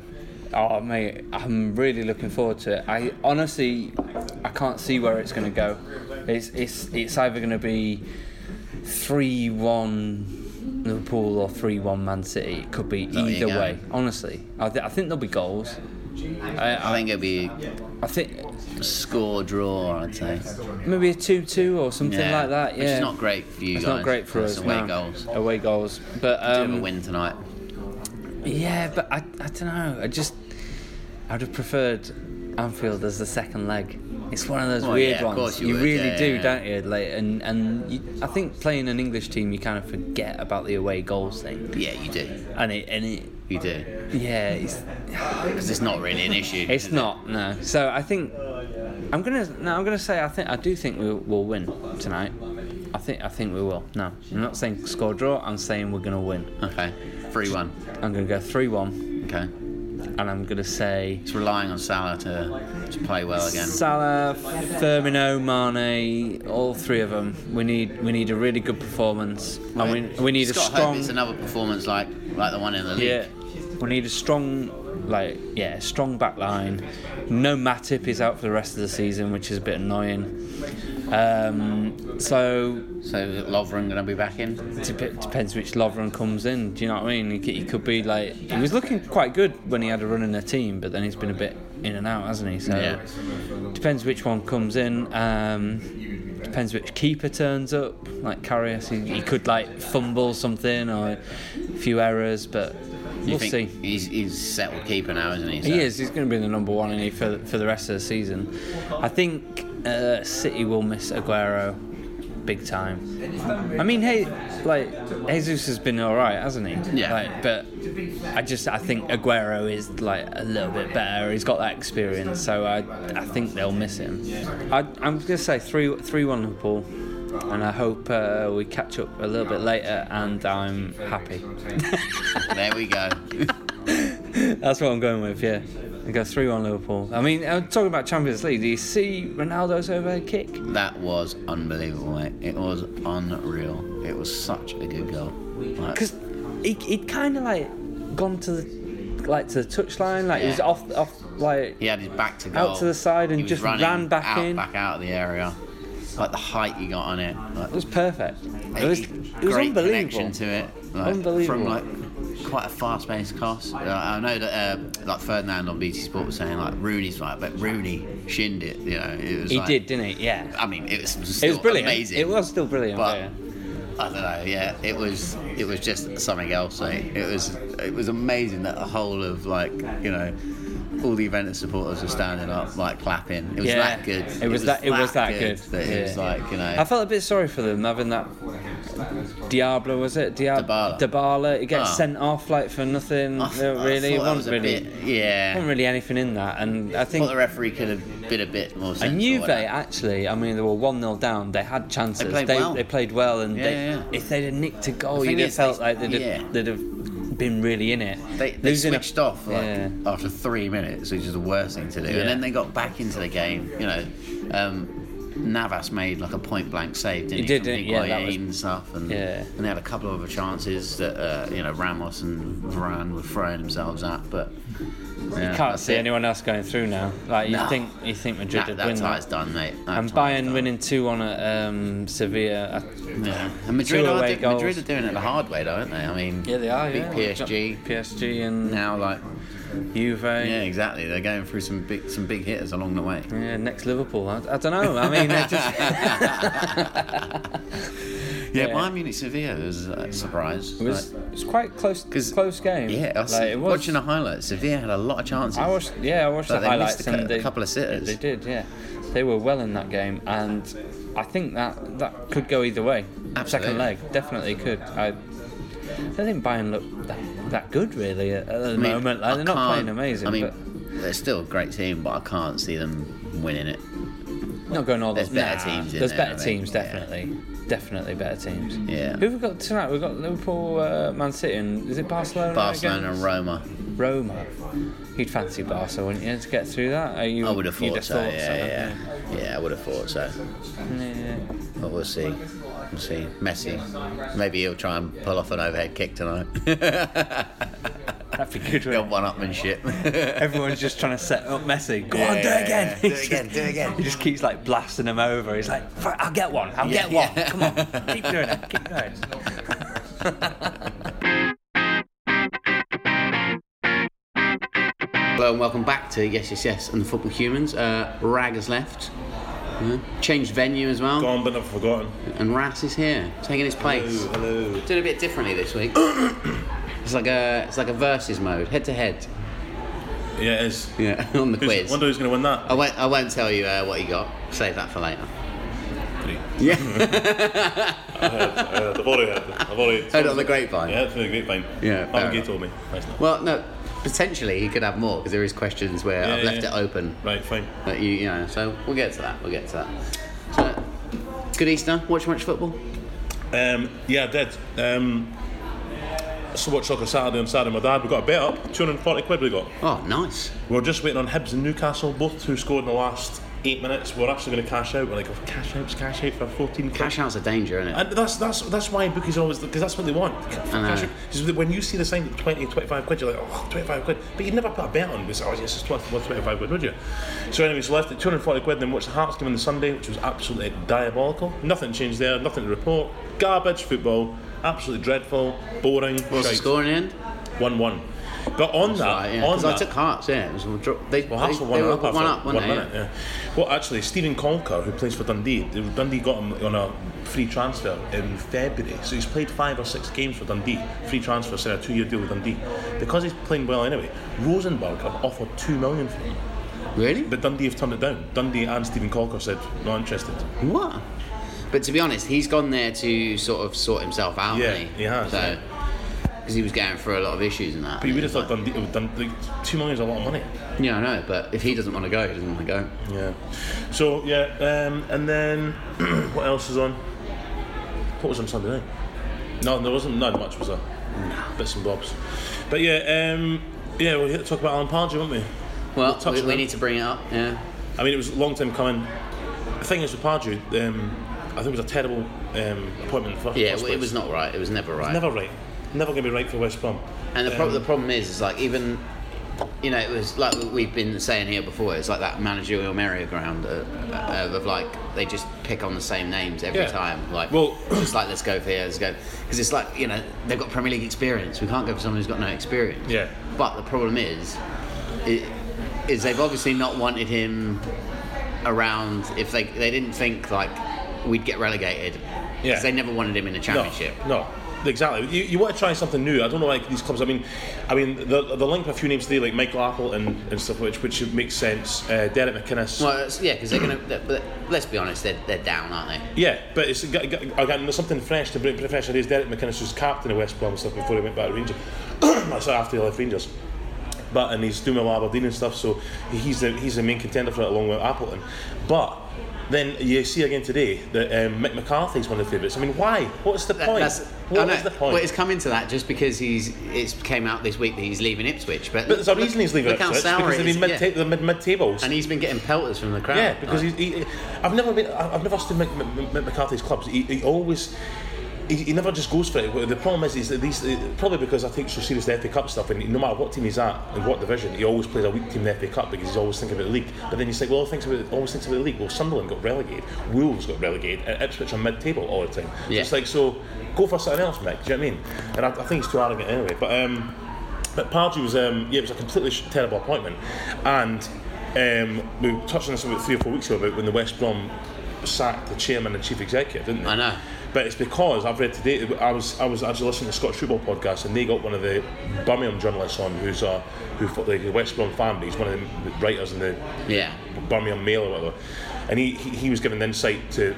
[SPEAKER 1] Oh mate, I'm really looking forward to it. I honestly, I can't see where it's going to go. It's it's it's either going to be three one Liverpool or three one Man City. It could be
[SPEAKER 2] you
[SPEAKER 1] either
[SPEAKER 2] go.
[SPEAKER 1] way. Honestly, I, th- I think there'll be goals.
[SPEAKER 2] I, think it'll be
[SPEAKER 1] I think
[SPEAKER 2] score draw, I'd say.
[SPEAKER 1] maybe a two two or something
[SPEAKER 2] Yeah.
[SPEAKER 1] like that. Yeah,
[SPEAKER 2] Which is not great for you
[SPEAKER 1] It's
[SPEAKER 2] guys.
[SPEAKER 1] not great for us.
[SPEAKER 2] It's away
[SPEAKER 1] no.
[SPEAKER 2] goals.
[SPEAKER 1] Away goals, but
[SPEAKER 2] Do have a
[SPEAKER 1] um,
[SPEAKER 2] win tonight.
[SPEAKER 1] yeah, but I I don't know. I just I'd have preferred Anfield as the second leg. It's one of those
[SPEAKER 2] Well,
[SPEAKER 1] weird
[SPEAKER 2] yeah, of
[SPEAKER 1] ones.
[SPEAKER 2] course you
[SPEAKER 1] you
[SPEAKER 2] would,
[SPEAKER 1] really
[SPEAKER 2] yeah,
[SPEAKER 1] do,
[SPEAKER 2] yeah.
[SPEAKER 1] don't you? Like, and and you, I think playing an English team, you kind of forget about the away goals thing.
[SPEAKER 2] Yeah, you do.
[SPEAKER 1] And it and it,
[SPEAKER 2] You do.
[SPEAKER 1] yeah, it's
[SPEAKER 2] Because it's not really an issue.
[SPEAKER 1] it's not no. So I think I'm gonna no, I'm gonna say I think I do think we'll, we'll win tonight. I think I think we will. No, I'm not saying score draw. I'm saying we're gonna win.
[SPEAKER 2] Okay. 3 1.
[SPEAKER 1] I'm gonna go three one,
[SPEAKER 2] Okay.
[SPEAKER 1] and I'm gonna say
[SPEAKER 2] It's relying on Salah to, to play well again.
[SPEAKER 1] Salah, Firmino, Mane, all three of them. We need we need a really good performance, and we, we need a
[SPEAKER 2] Scott
[SPEAKER 1] strong
[SPEAKER 2] Hope is another performance like like the one in the league.
[SPEAKER 1] yeah. We need a strong like yeah strong back line. No Matip is out for the rest of the season, which is a bit annoying. Um, so
[SPEAKER 2] So is Lovren going to be back in?
[SPEAKER 1] it dep- depends which Lovren comes in. Do you know what I mean? He, c- he could be like he was looking quite good when he had a run in the team, but then he's been a bit in and out, hasn't he? So
[SPEAKER 2] Yeah.
[SPEAKER 1] depends which one comes in. Um, depends which keeper turns up. Like Carrius, he, he could like fumble something or a few errors, but we'll see.
[SPEAKER 2] think He's, he's settled keeper now, isn't he? So-
[SPEAKER 1] He is. He's going to be the number one in for for the rest of the season. I think uh, City will miss Aguero big time. I mean, hey, like Jesus has been all right, hasn't he?
[SPEAKER 2] Yeah.
[SPEAKER 1] Like, but I just I think Aguero is like a little bit better. He's got that experience, so I I think they'll miss him. I I'm going to say three three one Liverpool. And I hope uh, we catch up a little bit later, and I'm happy.
[SPEAKER 2] There we go.
[SPEAKER 1] That's what I'm going with, yeah. I go 3 1 Liverpool. I mean, I'm talking about Champions League. Do you see Ronaldo's overhead kick?
[SPEAKER 2] that was unbelievable, mate. It was unreal. It was such a good goal. Like,
[SPEAKER 1] Because he, he'd kind of like gone to the, like, to the touchline, like he was
[SPEAKER 2] Yeah.
[SPEAKER 1] off, off like.
[SPEAKER 2] he had his back to
[SPEAKER 1] Out
[SPEAKER 2] goal.
[SPEAKER 1] to the side and
[SPEAKER 2] He was
[SPEAKER 1] just
[SPEAKER 2] running
[SPEAKER 1] ran back
[SPEAKER 2] out,
[SPEAKER 1] in.
[SPEAKER 2] back out of the area. Like the height he got on it. Like,
[SPEAKER 1] It was perfect. It was, it was
[SPEAKER 2] great
[SPEAKER 1] unbelievable.
[SPEAKER 2] connection to it. Like, From
[SPEAKER 1] Unbelievable.
[SPEAKER 2] like quite a fast-paced cross. Like, Uh, I know that uh, like Ferdinand on BT Sport was saying like Rooney's right, but Rooney shinned it. You know, it was.
[SPEAKER 1] He
[SPEAKER 2] like-
[SPEAKER 1] did, didn't he? Yeah.
[SPEAKER 2] I mean, it was.
[SPEAKER 1] It
[SPEAKER 2] Still
[SPEAKER 1] was brilliant.
[SPEAKER 2] Amazing.
[SPEAKER 1] It was still brilliant.
[SPEAKER 2] But
[SPEAKER 1] yeah.
[SPEAKER 2] I don't know. Yeah, it was. It was just something else. Mate. It was. It was amazing that the whole of like you know. All the Juventus supporters were standing up, like clapping. It was
[SPEAKER 1] Yeah.
[SPEAKER 2] that good.
[SPEAKER 1] It was that- it was that good.
[SPEAKER 2] That it was
[SPEAKER 1] Yeah.
[SPEAKER 2] like you know.
[SPEAKER 1] I felt a bit sorry for them having that Diablo was it? Diab-
[SPEAKER 2] Dybala.
[SPEAKER 1] Dybala. He gets
[SPEAKER 2] Ah.
[SPEAKER 1] sent off like for nothing.
[SPEAKER 2] I th- I
[SPEAKER 1] really,
[SPEAKER 2] thought
[SPEAKER 1] wasn't
[SPEAKER 2] that was a
[SPEAKER 1] really,
[SPEAKER 2] bit- yeah.
[SPEAKER 1] wasn't really anything in that. And I
[SPEAKER 2] I
[SPEAKER 1] think
[SPEAKER 2] thought the referee could have been a bit more.
[SPEAKER 1] and
[SPEAKER 2] sensible
[SPEAKER 1] Juve
[SPEAKER 2] with that.
[SPEAKER 1] actually, I mean, they were one 0 down. They had chances.
[SPEAKER 2] They played
[SPEAKER 1] they,
[SPEAKER 2] well.
[SPEAKER 1] played well, and
[SPEAKER 2] Yeah,
[SPEAKER 1] they,
[SPEAKER 2] yeah, yeah.
[SPEAKER 1] if they'd have nicked a goal, you'd
[SPEAKER 2] The thing
[SPEAKER 1] have
[SPEAKER 2] is,
[SPEAKER 1] felt
[SPEAKER 2] they-
[SPEAKER 1] like they'd,
[SPEAKER 2] yeah.
[SPEAKER 1] have, they'd have been really in it.
[SPEAKER 2] They, they
[SPEAKER 1] Losing a-
[SPEAKER 2] switched off like
[SPEAKER 1] yeah.
[SPEAKER 2] after three minutes, which is the worst thing to do.
[SPEAKER 1] Yeah.
[SPEAKER 2] And then they got back into the game. You know, um, Navas made like a point blank save, didn't he?
[SPEAKER 1] did,
[SPEAKER 2] from
[SPEAKER 1] didn't he? Yeah, that
[SPEAKER 2] Higuain
[SPEAKER 1] was-
[SPEAKER 2] and stuff, and,
[SPEAKER 1] Yeah.
[SPEAKER 2] and they had a couple of other chances that uh, you know Ramos and Varane were throwing themselves at, but yeah,
[SPEAKER 1] you can't
[SPEAKER 2] that's
[SPEAKER 1] see
[SPEAKER 2] it.
[SPEAKER 1] anyone else going through now. Like you
[SPEAKER 2] No.
[SPEAKER 1] think, you think Madrid
[SPEAKER 2] That,
[SPEAKER 1] would
[SPEAKER 2] that
[SPEAKER 1] win that.
[SPEAKER 2] tie's done, mate. That
[SPEAKER 1] And
[SPEAKER 2] tie's
[SPEAKER 1] Bayern
[SPEAKER 2] done.
[SPEAKER 1] winning two one at um, Sevilla. I-
[SPEAKER 2] Yeah. And Madrid
[SPEAKER 1] Two
[SPEAKER 2] are,
[SPEAKER 1] away
[SPEAKER 2] do- Madrid
[SPEAKER 1] goals.
[SPEAKER 2] are doing it the hard way, though, aren't they? I mean,
[SPEAKER 1] Yeah, they are.
[SPEAKER 2] Big
[SPEAKER 1] yeah.
[SPEAKER 2] PSG.
[SPEAKER 1] PSG and
[SPEAKER 2] now like
[SPEAKER 1] Juve.
[SPEAKER 4] Yeah, exactly. They're going through some big some big hitters along the way.
[SPEAKER 1] Yeah, next Liverpool. I, I don't know. I mean, it just,
[SPEAKER 4] Yeah,
[SPEAKER 1] Yeah.
[SPEAKER 4] Bayern Munich Sevilla was a surprise.
[SPEAKER 1] it was
[SPEAKER 4] Like,
[SPEAKER 1] it was quite close,
[SPEAKER 4] 'Cause-
[SPEAKER 1] close game.
[SPEAKER 4] yeah, I was
[SPEAKER 1] Like, it was-
[SPEAKER 4] watching the highlights. Sevilla had a lot of chances.
[SPEAKER 1] I watched, yeah, I watched
[SPEAKER 4] Like,
[SPEAKER 1] the
[SPEAKER 4] they
[SPEAKER 1] highlights
[SPEAKER 4] missed a cou-
[SPEAKER 1] and they,
[SPEAKER 4] a couple of sitters.
[SPEAKER 1] They did, yeah. They were well in that game, and I think that that could go either way.
[SPEAKER 4] Absolutely.
[SPEAKER 1] Second leg definitely could. I, I don't think Bayern looked that, that good really at, at the
[SPEAKER 4] I mean,
[SPEAKER 1] moment. Like,
[SPEAKER 4] I
[SPEAKER 1] they're not playing
[SPEAKER 4] can't-
[SPEAKER 1] amazing,
[SPEAKER 4] I mean,
[SPEAKER 1] but
[SPEAKER 4] they're still a great team, but I can't see them winning it.
[SPEAKER 1] not going all
[SPEAKER 4] there's
[SPEAKER 1] the
[SPEAKER 4] better teams in
[SPEAKER 1] There's
[SPEAKER 4] there, I
[SPEAKER 1] better
[SPEAKER 4] think,
[SPEAKER 1] teams,
[SPEAKER 4] yeah.
[SPEAKER 1] definitely, definitely better teams.
[SPEAKER 4] Yeah.
[SPEAKER 1] Who have we got tonight? We've got Liverpool, uh, Man City, and is it Barcelona?
[SPEAKER 4] Barcelona and
[SPEAKER 1] against
[SPEAKER 4] Roma.
[SPEAKER 1] Roma. You'd fancy Barca, wouldn't you, to get through that? Are you,
[SPEAKER 4] I would have
[SPEAKER 1] you'd
[SPEAKER 4] thought so. Yeah, yeah,
[SPEAKER 1] yeah.
[SPEAKER 4] yeah. I would have thought so.
[SPEAKER 1] Yeah.
[SPEAKER 4] But we'll see. We'll see. Messi. Maybe he'll try and pull off an overhead kick tonight.
[SPEAKER 1] That'd be good.
[SPEAKER 4] Got one upmanship.
[SPEAKER 1] Everyone's just trying to set up Messi. Go
[SPEAKER 4] Yeah,
[SPEAKER 1] on, do
[SPEAKER 4] yeah,
[SPEAKER 1] it again.
[SPEAKER 4] yeah. Do it again, do it again.
[SPEAKER 1] He just keeps like blasting him over. He's like, "Fuck, I'll get one. I'll
[SPEAKER 4] Yeah.
[SPEAKER 1] get one. Come on, keep doing it. Keep doing it.
[SPEAKER 2] Hello and welcome back to Yes Yes Yes and the Football Humans. Uh, Rag has left, Yeah. changed venue as well,
[SPEAKER 5] Gone but not forgotten.
[SPEAKER 2] and Ras is here, taking his place.
[SPEAKER 5] Hello.
[SPEAKER 2] Doing a bit differently this week. it's like a it's like a versus mode, head to head.
[SPEAKER 5] Yeah, it is.
[SPEAKER 2] Yeah, on the
[SPEAKER 5] Who's,
[SPEAKER 2] quiz.
[SPEAKER 5] Wonder who's going to win that.
[SPEAKER 2] I won't I won't tell you uh, what he got. Save that for later. Oh.
[SPEAKER 5] Three.
[SPEAKER 2] Yeah,
[SPEAKER 5] Uh, I've already heard. them. I've already
[SPEAKER 2] heard it on the grapevine.
[SPEAKER 5] Yeah, through the grapevine.
[SPEAKER 2] Yeah, fair
[SPEAKER 5] Marvin Gaye
[SPEAKER 2] enough.
[SPEAKER 5] told me. Nice enough.
[SPEAKER 2] Well, no, potentially he could have more because there is questions where
[SPEAKER 5] Yeah,
[SPEAKER 2] I've left
[SPEAKER 5] yeah.
[SPEAKER 2] it open.
[SPEAKER 5] Right, fine.
[SPEAKER 2] That you, you know, so we'll get to that. We'll get to that. So, good Easter. Watch much football.
[SPEAKER 5] Um, yeah, I did. Um, so watched soccer Saturday and Saturday. with My dad, we got a bet up. 240 quid we got.
[SPEAKER 2] Oh, nice.
[SPEAKER 5] We're just waiting on Hibs and Newcastle, both who scored in the last eight minutes. We're actually going to cash out. We're like, oh, cash out, cash out for 14 quid.
[SPEAKER 2] Cash out's a danger, isn't it?
[SPEAKER 5] And that's that's that's why bookies always because that's what they want.
[SPEAKER 2] know.
[SPEAKER 5] Because when you see the sign 20, 25 quid, you're like, oh, 25 quid. But you'd never put a bet on because oh, yes, it's worth worth 25 quid, would you? So anyway, so left at 240 quid, then watched the Hearts game on the Sunday, which was absolutely diabolical. Nothing changed there, nothing to report. Garbage football, absolutely dreadful, boring.
[SPEAKER 2] What was the score in the end?
[SPEAKER 5] One one. But on that,
[SPEAKER 2] Right, yeah,
[SPEAKER 5] on
[SPEAKER 2] 'cause
[SPEAKER 5] that,
[SPEAKER 2] I took hearts, yeah. It was, they,
[SPEAKER 5] well,
[SPEAKER 2] they,
[SPEAKER 5] Hassel
[SPEAKER 2] they
[SPEAKER 5] won
[SPEAKER 2] were
[SPEAKER 5] up after
[SPEAKER 2] one up,
[SPEAKER 5] one
[SPEAKER 2] weren't they?
[SPEAKER 5] minute. Yeah. Well, actually, Stephen Conker, who plays for Dundee, they- Dundee got him on a free transfer in February, so he's played five or six games for Dundee. Free transfer, so a two-year deal with Dundee. Because he's playing well anyway, Rosenberg have offered two million for him,
[SPEAKER 2] Really?
[SPEAKER 5] but Dundee have turned it down. Dundee and Stephen Conker said not interested.
[SPEAKER 2] what? But to be honest, he's gone there to sort of sort himself out.
[SPEAKER 5] Yeah,
[SPEAKER 2] hasn't he?
[SPEAKER 5] he has,
[SPEAKER 2] So,
[SPEAKER 5] yeah.
[SPEAKER 2] because he was going through a lot of issues and that.
[SPEAKER 5] But you would have thought Dundee, would done, like, two million is a lot of money.
[SPEAKER 2] Yeah, I know. But if he doesn't want to go, he doesn't want to go.
[SPEAKER 5] Yeah. So yeah, um, and then what else is on? What was on Sunday night? No, there wasn't none much, was there? Bits and bobs. But yeah, um, yeah, we're here to talk about Alan Pardew, aren't we?
[SPEAKER 2] Well,
[SPEAKER 5] touch
[SPEAKER 2] we,
[SPEAKER 5] on
[SPEAKER 2] we
[SPEAKER 5] him.
[SPEAKER 2] need to bring it up. Yeah.
[SPEAKER 5] I mean, it was a long time coming. The thing is with Pardew, um, I think it was a terrible um, appointment for
[SPEAKER 2] Yeah.
[SPEAKER 5] first
[SPEAKER 2] Well, it
[SPEAKER 5] place.
[SPEAKER 2] was not right. It was never right.
[SPEAKER 5] Never right. Never going to be right for West Brom.
[SPEAKER 2] And the,
[SPEAKER 5] Um,
[SPEAKER 2] pro- the problem is, is like even, you know, it was like we've been saying here before. It's like that managerial merry-go-round of, of, of like they just pick on the same names every
[SPEAKER 5] Yeah.
[SPEAKER 2] time. Like,
[SPEAKER 5] Well-
[SPEAKER 2] it's like let's go for here, let's go, because it's like you know they've got Premier League experience. We can't go for someone who's got no experience.
[SPEAKER 5] Yeah.
[SPEAKER 2] But the problem is, i- is they've obviously not wanted him around. If they they didn't think like we'd get relegated. 'Cause
[SPEAKER 5] Yeah.
[SPEAKER 2] They never wanted him in the championship.
[SPEAKER 5] No, no. exactly. You, you want to try something new. I don't know why these clubs. I mean, I mean the the link with a few names today like Michael Apple and, and stuff which which makes sense. Uh, Derek McInnes.
[SPEAKER 2] Well, it's- yeah, because they're gonna. they're- but let's be honest, they're, they're down, aren't they?
[SPEAKER 5] Yeah, but it's got, got, again there's something fresh to bring fresh ideas. Derek McInnes was captain of West Brom and stuff before he went back to Rangers. That's after he left Rangers. But and he's doing well with Aberdeen and stuff, so he's the he's the main contender for it along with Appleton. But then you see again today that um, Mick McCarthy's one of the favourites. I mean, why? What's the
[SPEAKER 2] That-
[SPEAKER 5] point?
[SPEAKER 2] that's- I
[SPEAKER 5] What
[SPEAKER 2] know.
[SPEAKER 5] is the point?
[SPEAKER 2] Well, it's coming to that just because he's it's came out this week that he's leaving Ipswich, but,
[SPEAKER 5] But there's a reason he's leaving
[SPEAKER 2] look how
[SPEAKER 5] Ipswich
[SPEAKER 2] sour
[SPEAKER 5] because
[SPEAKER 2] it
[SPEAKER 5] they've
[SPEAKER 2] is,
[SPEAKER 5] been mid,
[SPEAKER 2] yeah.
[SPEAKER 5] ta- mid, mid tables.
[SPEAKER 2] and he's been getting pelters from the crowd.
[SPEAKER 5] yeah, because
[SPEAKER 2] like,
[SPEAKER 5] he's, he, he- I've never been. I- I've never stood Mick, Mick, Mick McCarthy's clubs. He, he always. He, he never just goes for it. Well, The problem is, is that these eh, probably because I take so serious the FA Cup stuff, and no matter what team he's at and what division, he always plays a weak team in the FA Cup because he's always thinking about the league. But then he's like, well, thinks about always thinks about the league. Well, Sunderland got relegated, Wolves got relegated, and Ipswich are mid-table all the time. So
[SPEAKER 2] Yeah.
[SPEAKER 5] It's like so, go for something else, Mick. Do you know what I mean? And I, I think he's too arrogant anyway. But um, But Pardew was, um, yeah, it was a completely sh- terrible appointment. And um, we touched on this about three or four weeks ago about when the West Brom sacked the chairman and chief executive, didn't they?
[SPEAKER 2] I know.
[SPEAKER 5] But it's because I've read today. I was I was actually listening to the Scottish football podcast, and they got one of the Birmingham journalists on, who's a who fought the West Brom family. He's one of the writers in the
[SPEAKER 2] Yeah.
[SPEAKER 5] Birmingham Mail or whatever. And he, he, he was given insight to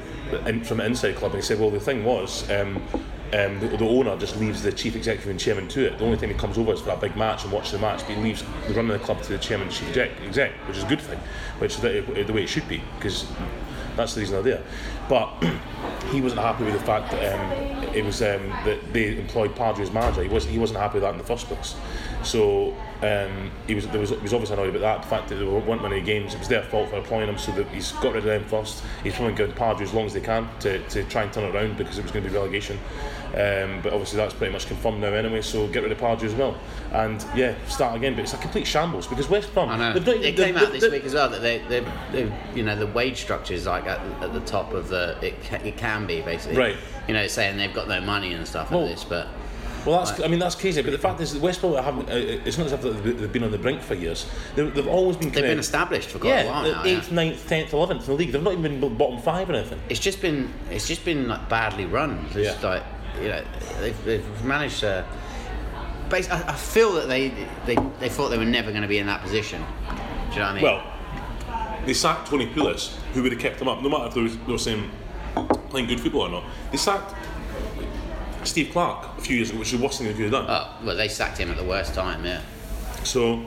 [SPEAKER 5] in, from the Inside Club, and he said, well, the thing was, um, um, the, the owner just leaves the chief executive and chairman to it. The only time he comes over is for that big match and watches the match, but he leaves the running of the club to the chairman and chief exec, exec which is a good thing, which is the, the way it should be, because that's the reason they're there. But he wasn't happy with the fact that um, it was um, that they employed Padre as manager. He wasn't he wasn't happy with that in the first place. So um, he was there was he was obviously annoyed about that. The fact that they weren't winning games, it was their fault for employing him. So that he's got rid of them first. He's probably going Padre as long as they can to, to try and turn it around because it was going to be relegation. Um, but obviously that's pretty much confirmed now anyway. So get rid of Padre as well, and yeah, start again. But it's a complete shambles because West Brom.
[SPEAKER 2] I know.
[SPEAKER 5] they've not even-
[SPEAKER 2] it
[SPEAKER 5] they've-
[SPEAKER 2] came out this
[SPEAKER 5] they've-
[SPEAKER 2] week as well that they, they, they, you know, the wage structure is like at, at the top of the it, ca- it can be basically.
[SPEAKER 5] Right.
[SPEAKER 2] You know, saying they've got no money and stuff
[SPEAKER 5] Well-
[SPEAKER 2] like this, but
[SPEAKER 5] Well, that's, I mean, that's crazy. But the fact is, that West Brom haven't. Uh, it's not as if they've they've been on the brink for years. They, they've always been.
[SPEAKER 2] they've
[SPEAKER 5] kind
[SPEAKER 2] been
[SPEAKER 5] of-
[SPEAKER 2] established for quite a
[SPEAKER 5] Yeah, uh,
[SPEAKER 2] while now.
[SPEAKER 5] the
[SPEAKER 2] yeah.
[SPEAKER 5] eighth, ninth, tenth, eleventh in the league. They've not even been bottom five or anything.
[SPEAKER 2] it's just been it's just been like badly run. Just
[SPEAKER 5] Yeah.
[SPEAKER 2] like you know, they've, they've managed to. Bas I, I feel that they, they they thought they were never going to be in that position. Do you know what I mean?
[SPEAKER 5] Well, they sacked Tony Pulis, who would have kept him up, no matter if they were, they were saying playing good football or not. They sacked Steve Clark a few years ago, which is the worst thing they could have done.
[SPEAKER 2] oh, well, they sacked him at the worst time. Yeah.
[SPEAKER 5] So,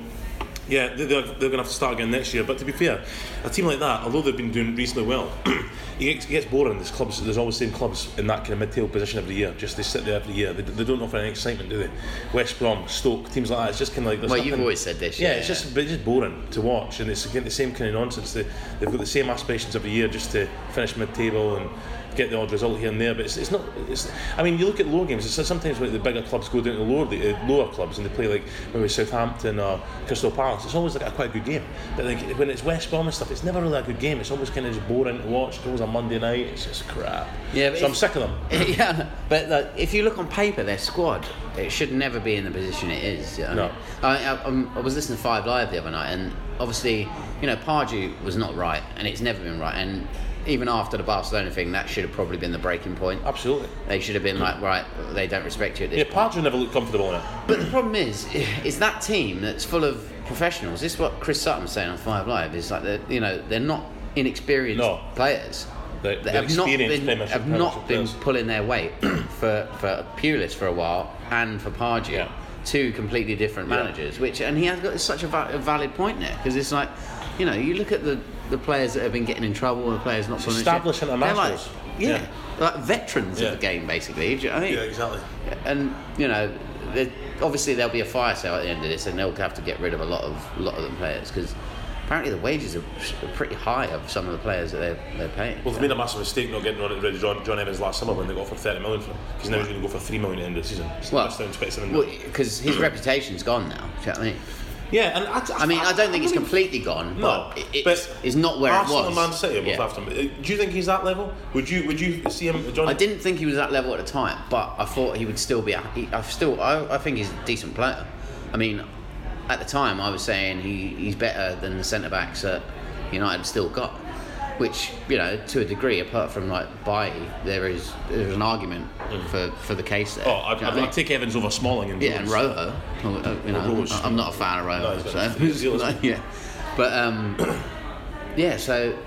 [SPEAKER 5] yeah, they- they're, they're going to have to start again next year. But to be fair, a team like that, although they've been doing reasonably well, it gets, it gets boring. There's clubs, there's always same clubs in that kind of mid-table position every year. Just they sit there every year. They, they don't offer any excitement, do they? West Brom, Stoke, teams like that. It's just kind of like there's
[SPEAKER 2] Well, you've
[SPEAKER 5] nothing-
[SPEAKER 2] always said this.
[SPEAKER 5] yeah, it's just but it's just boring to watch, and it's again the same kind of nonsense. They, they've got the same aspirations every year just to finish mid-table and get the odd result here and there. But it's, it's not. It's, I mean, you look at lower games. It's sometimes when the bigger clubs go down to lower the uh, lower clubs and they play like maybe Southampton or Crystal Palace. It's always like a quite good game. But like when it's West Brom and stuff, it's never really a good game. It's always kind of just boring to watch. It's always a Monday night. It's just crap.
[SPEAKER 2] Yeah, but
[SPEAKER 5] so I'm
[SPEAKER 2] if-
[SPEAKER 5] sick of them.
[SPEAKER 2] yeah, but like, if you look on paper, their squad it should never be in the position it is. You know?
[SPEAKER 5] No.
[SPEAKER 2] I, I, I'm- I was listening to Five Live the other night, and obviously, you know, Pardew was not right, and it's never been right. And even after the Barcelona thing, that should have probably been the breaking point.
[SPEAKER 5] Absolutely.
[SPEAKER 2] They should have been like, right, they don't respect you at this.
[SPEAKER 5] Yeah, Pardew never looked comfortable in it.
[SPEAKER 2] But the problem is, is that team that's full of professionals. This is what Chris Sutton was saying on Five Live. Is like they're, you know they're not inexperienced
[SPEAKER 5] No.
[SPEAKER 2] players.
[SPEAKER 5] They're-
[SPEAKER 2] They
[SPEAKER 5] they're
[SPEAKER 2] have not
[SPEAKER 5] experienced
[SPEAKER 2] been,
[SPEAKER 5] Premiership
[SPEAKER 2] have not
[SPEAKER 5] Premiership
[SPEAKER 2] been
[SPEAKER 5] players.
[SPEAKER 2] pulling their weight for for Pulis for a while and for Pardew.
[SPEAKER 5] Yeah.
[SPEAKER 2] Two completely different managers, which and he has got such a, va- a valid point there because it's like, you know, you look at the, the players that have been getting in trouble, the players not pulling the shit,
[SPEAKER 5] established internationals.
[SPEAKER 2] They're like, yeah,
[SPEAKER 5] Yeah.
[SPEAKER 2] like veterans
[SPEAKER 5] Yeah.
[SPEAKER 2] of the game basically. Do you know what I mean?
[SPEAKER 5] exactly.
[SPEAKER 2] and you know, there- obviously there'll be a fire sale at the end of this, and they'll have to get rid of a lot of lot of the players because apparently the wages are pretty high of some of the players that they're they're paying.
[SPEAKER 5] Well, they've made a massive mistake not getting rid of John, John Evans last summer when they got offered 30 million for him. Because now he's going to go for 3 million at the end of the season. So
[SPEAKER 2] Well,
[SPEAKER 5] that's down to 27
[SPEAKER 2] well,
[SPEAKER 5] million.
[SPEAKER 2] because his reputation's gone now. Do you know what I mean?
[SPEAKER 5] yeah, and I,
[SPEAKER 2] I mean, I don't think it's completely gone,
[SPEAKER 5] No,
[SPEAKER 2] but it- it's, it's not where
[SPEAKER 5] Arsenal
[SPEAKER 2] it was.
[SPEAKER 5] and Man City both
[SPEAKER 2] Yeah.
[SPEAKER 5] after him. Uh, Do you think he's that level? Would you would you see him, John?
[SPEAKER 2] I didn't think he was that level at the time, but I thought he would still be. A, he, I still, I, I think he's a decent player. I mean, at the time, I was saying he, he's better than the centre backs that United have still got, which you know, to a degree, apart from like Bailly, there is there is an argument for, for the case there.
[SPEAKER 5] Oh, I'd,
[SPEAKER 2] Do you know what
[SPEAKER 5] I'd,
[SPEAKER 2] Mm. I
[SPEAKER 5] I'd
[SPEAKER 2] mean?
[SPEAKER 5] take Evans over Smalling and
[SPEAKER 2] Yeah, and
[SPEAKER 5] Jones.
[SPEAKER 2] Rojo. Well, uh, You know,
[SPEAKER 5] Rojo's-
[SPEAKER 2] I'm not a fan of Rojo.
[SPEAKER 5] No, he's
[SPEAKER 2] so
[SPEAKER 5] not. He's
[SPEAKER 2] yeah, but um, yeah, so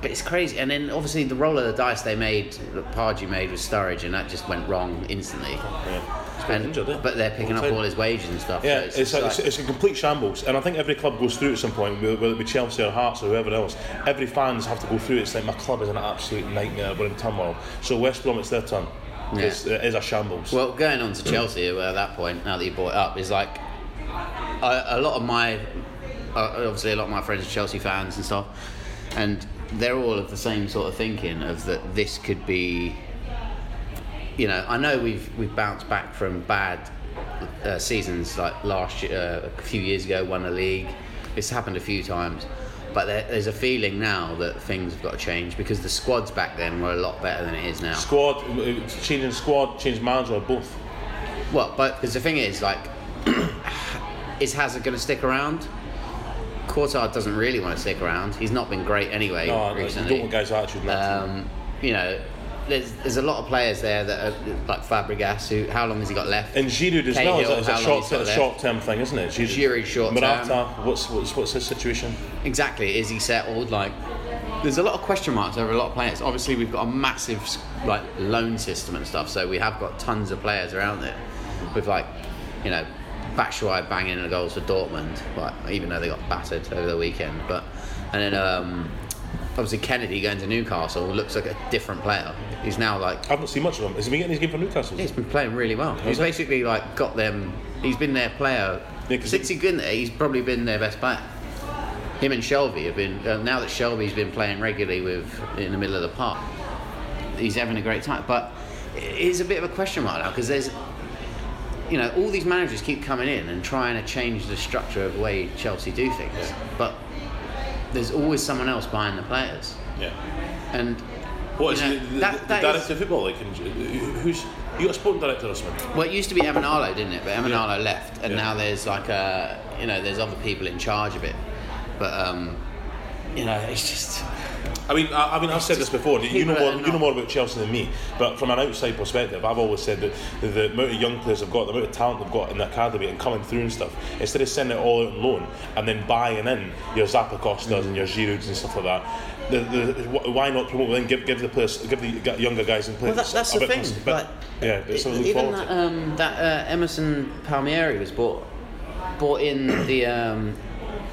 [SPEAKER 2] but it's crazy. And then obviously the roll of the dice they made, that Pardew made with Sturridge, and that just went wrong instantly.
[SPEAKER 5] Yeah. He's been
[SPEAKER 2] And,
[SPEAKER 5] injured, yeah.
[SPEAKER 2] but they're picking up
[SPEAKER 5] All the
[SPEAKER 2] all
[SPEAKER 5] time.
[SPEAKER 2] his wages and stuff.
[SPEAKER 5] Yeah,
[SPEAKER 2] so
[SPEAKER 5] it's,
[SPEAKER 2] it's, just
[SPEAKER 5] a, it's,
[SPEAKER 2] like-
[SPEAKER 5] it's a complete shambles, and I think every club goes through it at some point, whether whether it be Chelsea or Hearts or whoever else. Every fans have to go through it. It's like my club is an absolute nightmare. We're in turmoil. So West Brom, it's their turn.
[SPEAKER 2] Yeah.
[SPEAKER 5] It's, it is a shambles.
[SPEAKER 2] Well, going on to Chelsea uh, at that point, now that you brought it up, is like I, a lot of my, uh, obviously a lot of my friends are Chelsea fans and stuff, and they're all of the same sort of thinking of that this could be, you know, I know we've we've bounced back from bad uh, seasons like last year, uh, a few years ago, won the league. It's happened a few times. But there, there's a feeling now that things have got to change because the squads back then were a lot better than it is now.
[SPEAKER 5] Squad, uh, changing squad, change manager, both.
[SPEAKER 2] Well, but because the thing is, like, is Hazard going to stick around? Courtard doesn't really want to stick around. He's not been great anyway
[SPEAKER 5] No, I- I
[SPEAKER 2] recently.
[SPEAKER 5] Ah, don't want guys' attitude. Um,
[SPEAKER 2] Um, you know, there's there's a lot of players there that are like Fabregas. Who how long has he got left?
[SPEAKER 5] and Giroud as well
[SPEAKER 2] Cahill,
[SPEAKER 5] is a,
[SPEAKER 2] how long
[SPEAKER 5] short,
[SPEAKER 2] he's got
[SPEAKER 5] a
[SPEAKER 2] left?
[SPEAKER 5] short-term thing, isn't it?
[SPEAKER 2] Giroud short-term.
[SPEAKER 5] Morata, what's, what's, what's his situation?
[SPEAKER 2] exactly is he settled? Like there's a lot of question marks over a lot of players. Obviously, we've got a massive like loan system and stuff, so we have got tons of players around it with like you know Batshuayi banging the goals for Dortmund, like even though they got battered over the weekend. But and then um, obviously Kennedy going to Newcastle looks like a different player. He's now like
[SPEAKER 5] I haven't seen much of him. Has he been getting his game for Newcastle?
[SPEAKER 2] He's been playing really well. He's basically like got them. He's been their player
[SPEAKER 5] Yeah, 'cause
[SPEAKER 2] since he's been there. He's probably been their best player. Him and Shelby have been. Uh, now that Shelby's been playing regularly with in the middle of the park, he's having a great time. But it is a bit of a question mark now because there's, you know, all these managers keep coming in and trying to change the structure of the way Chelsea do things. But there's always someone else behind the players,
[SPEAKER 5] Yeah.
[SPEAKER 2] and
[SPEAKER 5] What is
[SPEAKER 2] you know,
[SPEAKER 5] he, the,
[SPEAKER 2] that-
[SPEAKER 5] the
[SPEAKER 2] that is-
[SPEAKER 5] director of football? Like, in- who's you got a sporting director or something?
[SPEAKER 2] Well, it used to be Emanalo, didn't it? But Emanalo left, and
[SPEAKER 5] Yeah.
[SPEAKER 2] now there's like a you know there's other people in charge of it. But um, you know, it's just
[SPEAKER 5] I mean, I, I mean, I've said this before. You
[SPEAKER 2] people
[SPEAKER 5] know more,
[SPEAKER 2] that are
[SPEAKER 5] you know
[SPEAKER 2] not-
[SPEAKER 5] more about Chelsea than me. But from an outside perspective, I've always said that the, the amount of young players they've got, the amount of talent they've got in the academy and coming through and stuff, instead of sending it all out on loan and then buying in your Zappa Costas and your Girouds and stuff like that, the, the, wh- why not promote them? Give, give the players, give the g- younger guys and
[SPEAKER 2] well
[SPEAKER 5] players.
[SPEAKER 2] that, that's
[SPEAKER 5] a
[SPEAKER 2] the
[SPEAKER 5] bit
[SPEAKER 2] thing.
[SPEAKER 5] more s- bit-
[SPEAKER 2] But
[SPEAKER 5] yeah, but something to look
[SPEAKER 2] even
[SPEAKER 5] forward
[SPEAKER 2] that,
[SPEAKER 5] to.
[SPEAKER 2] um, that uh, Emerson Palmieri was bought bought in the um,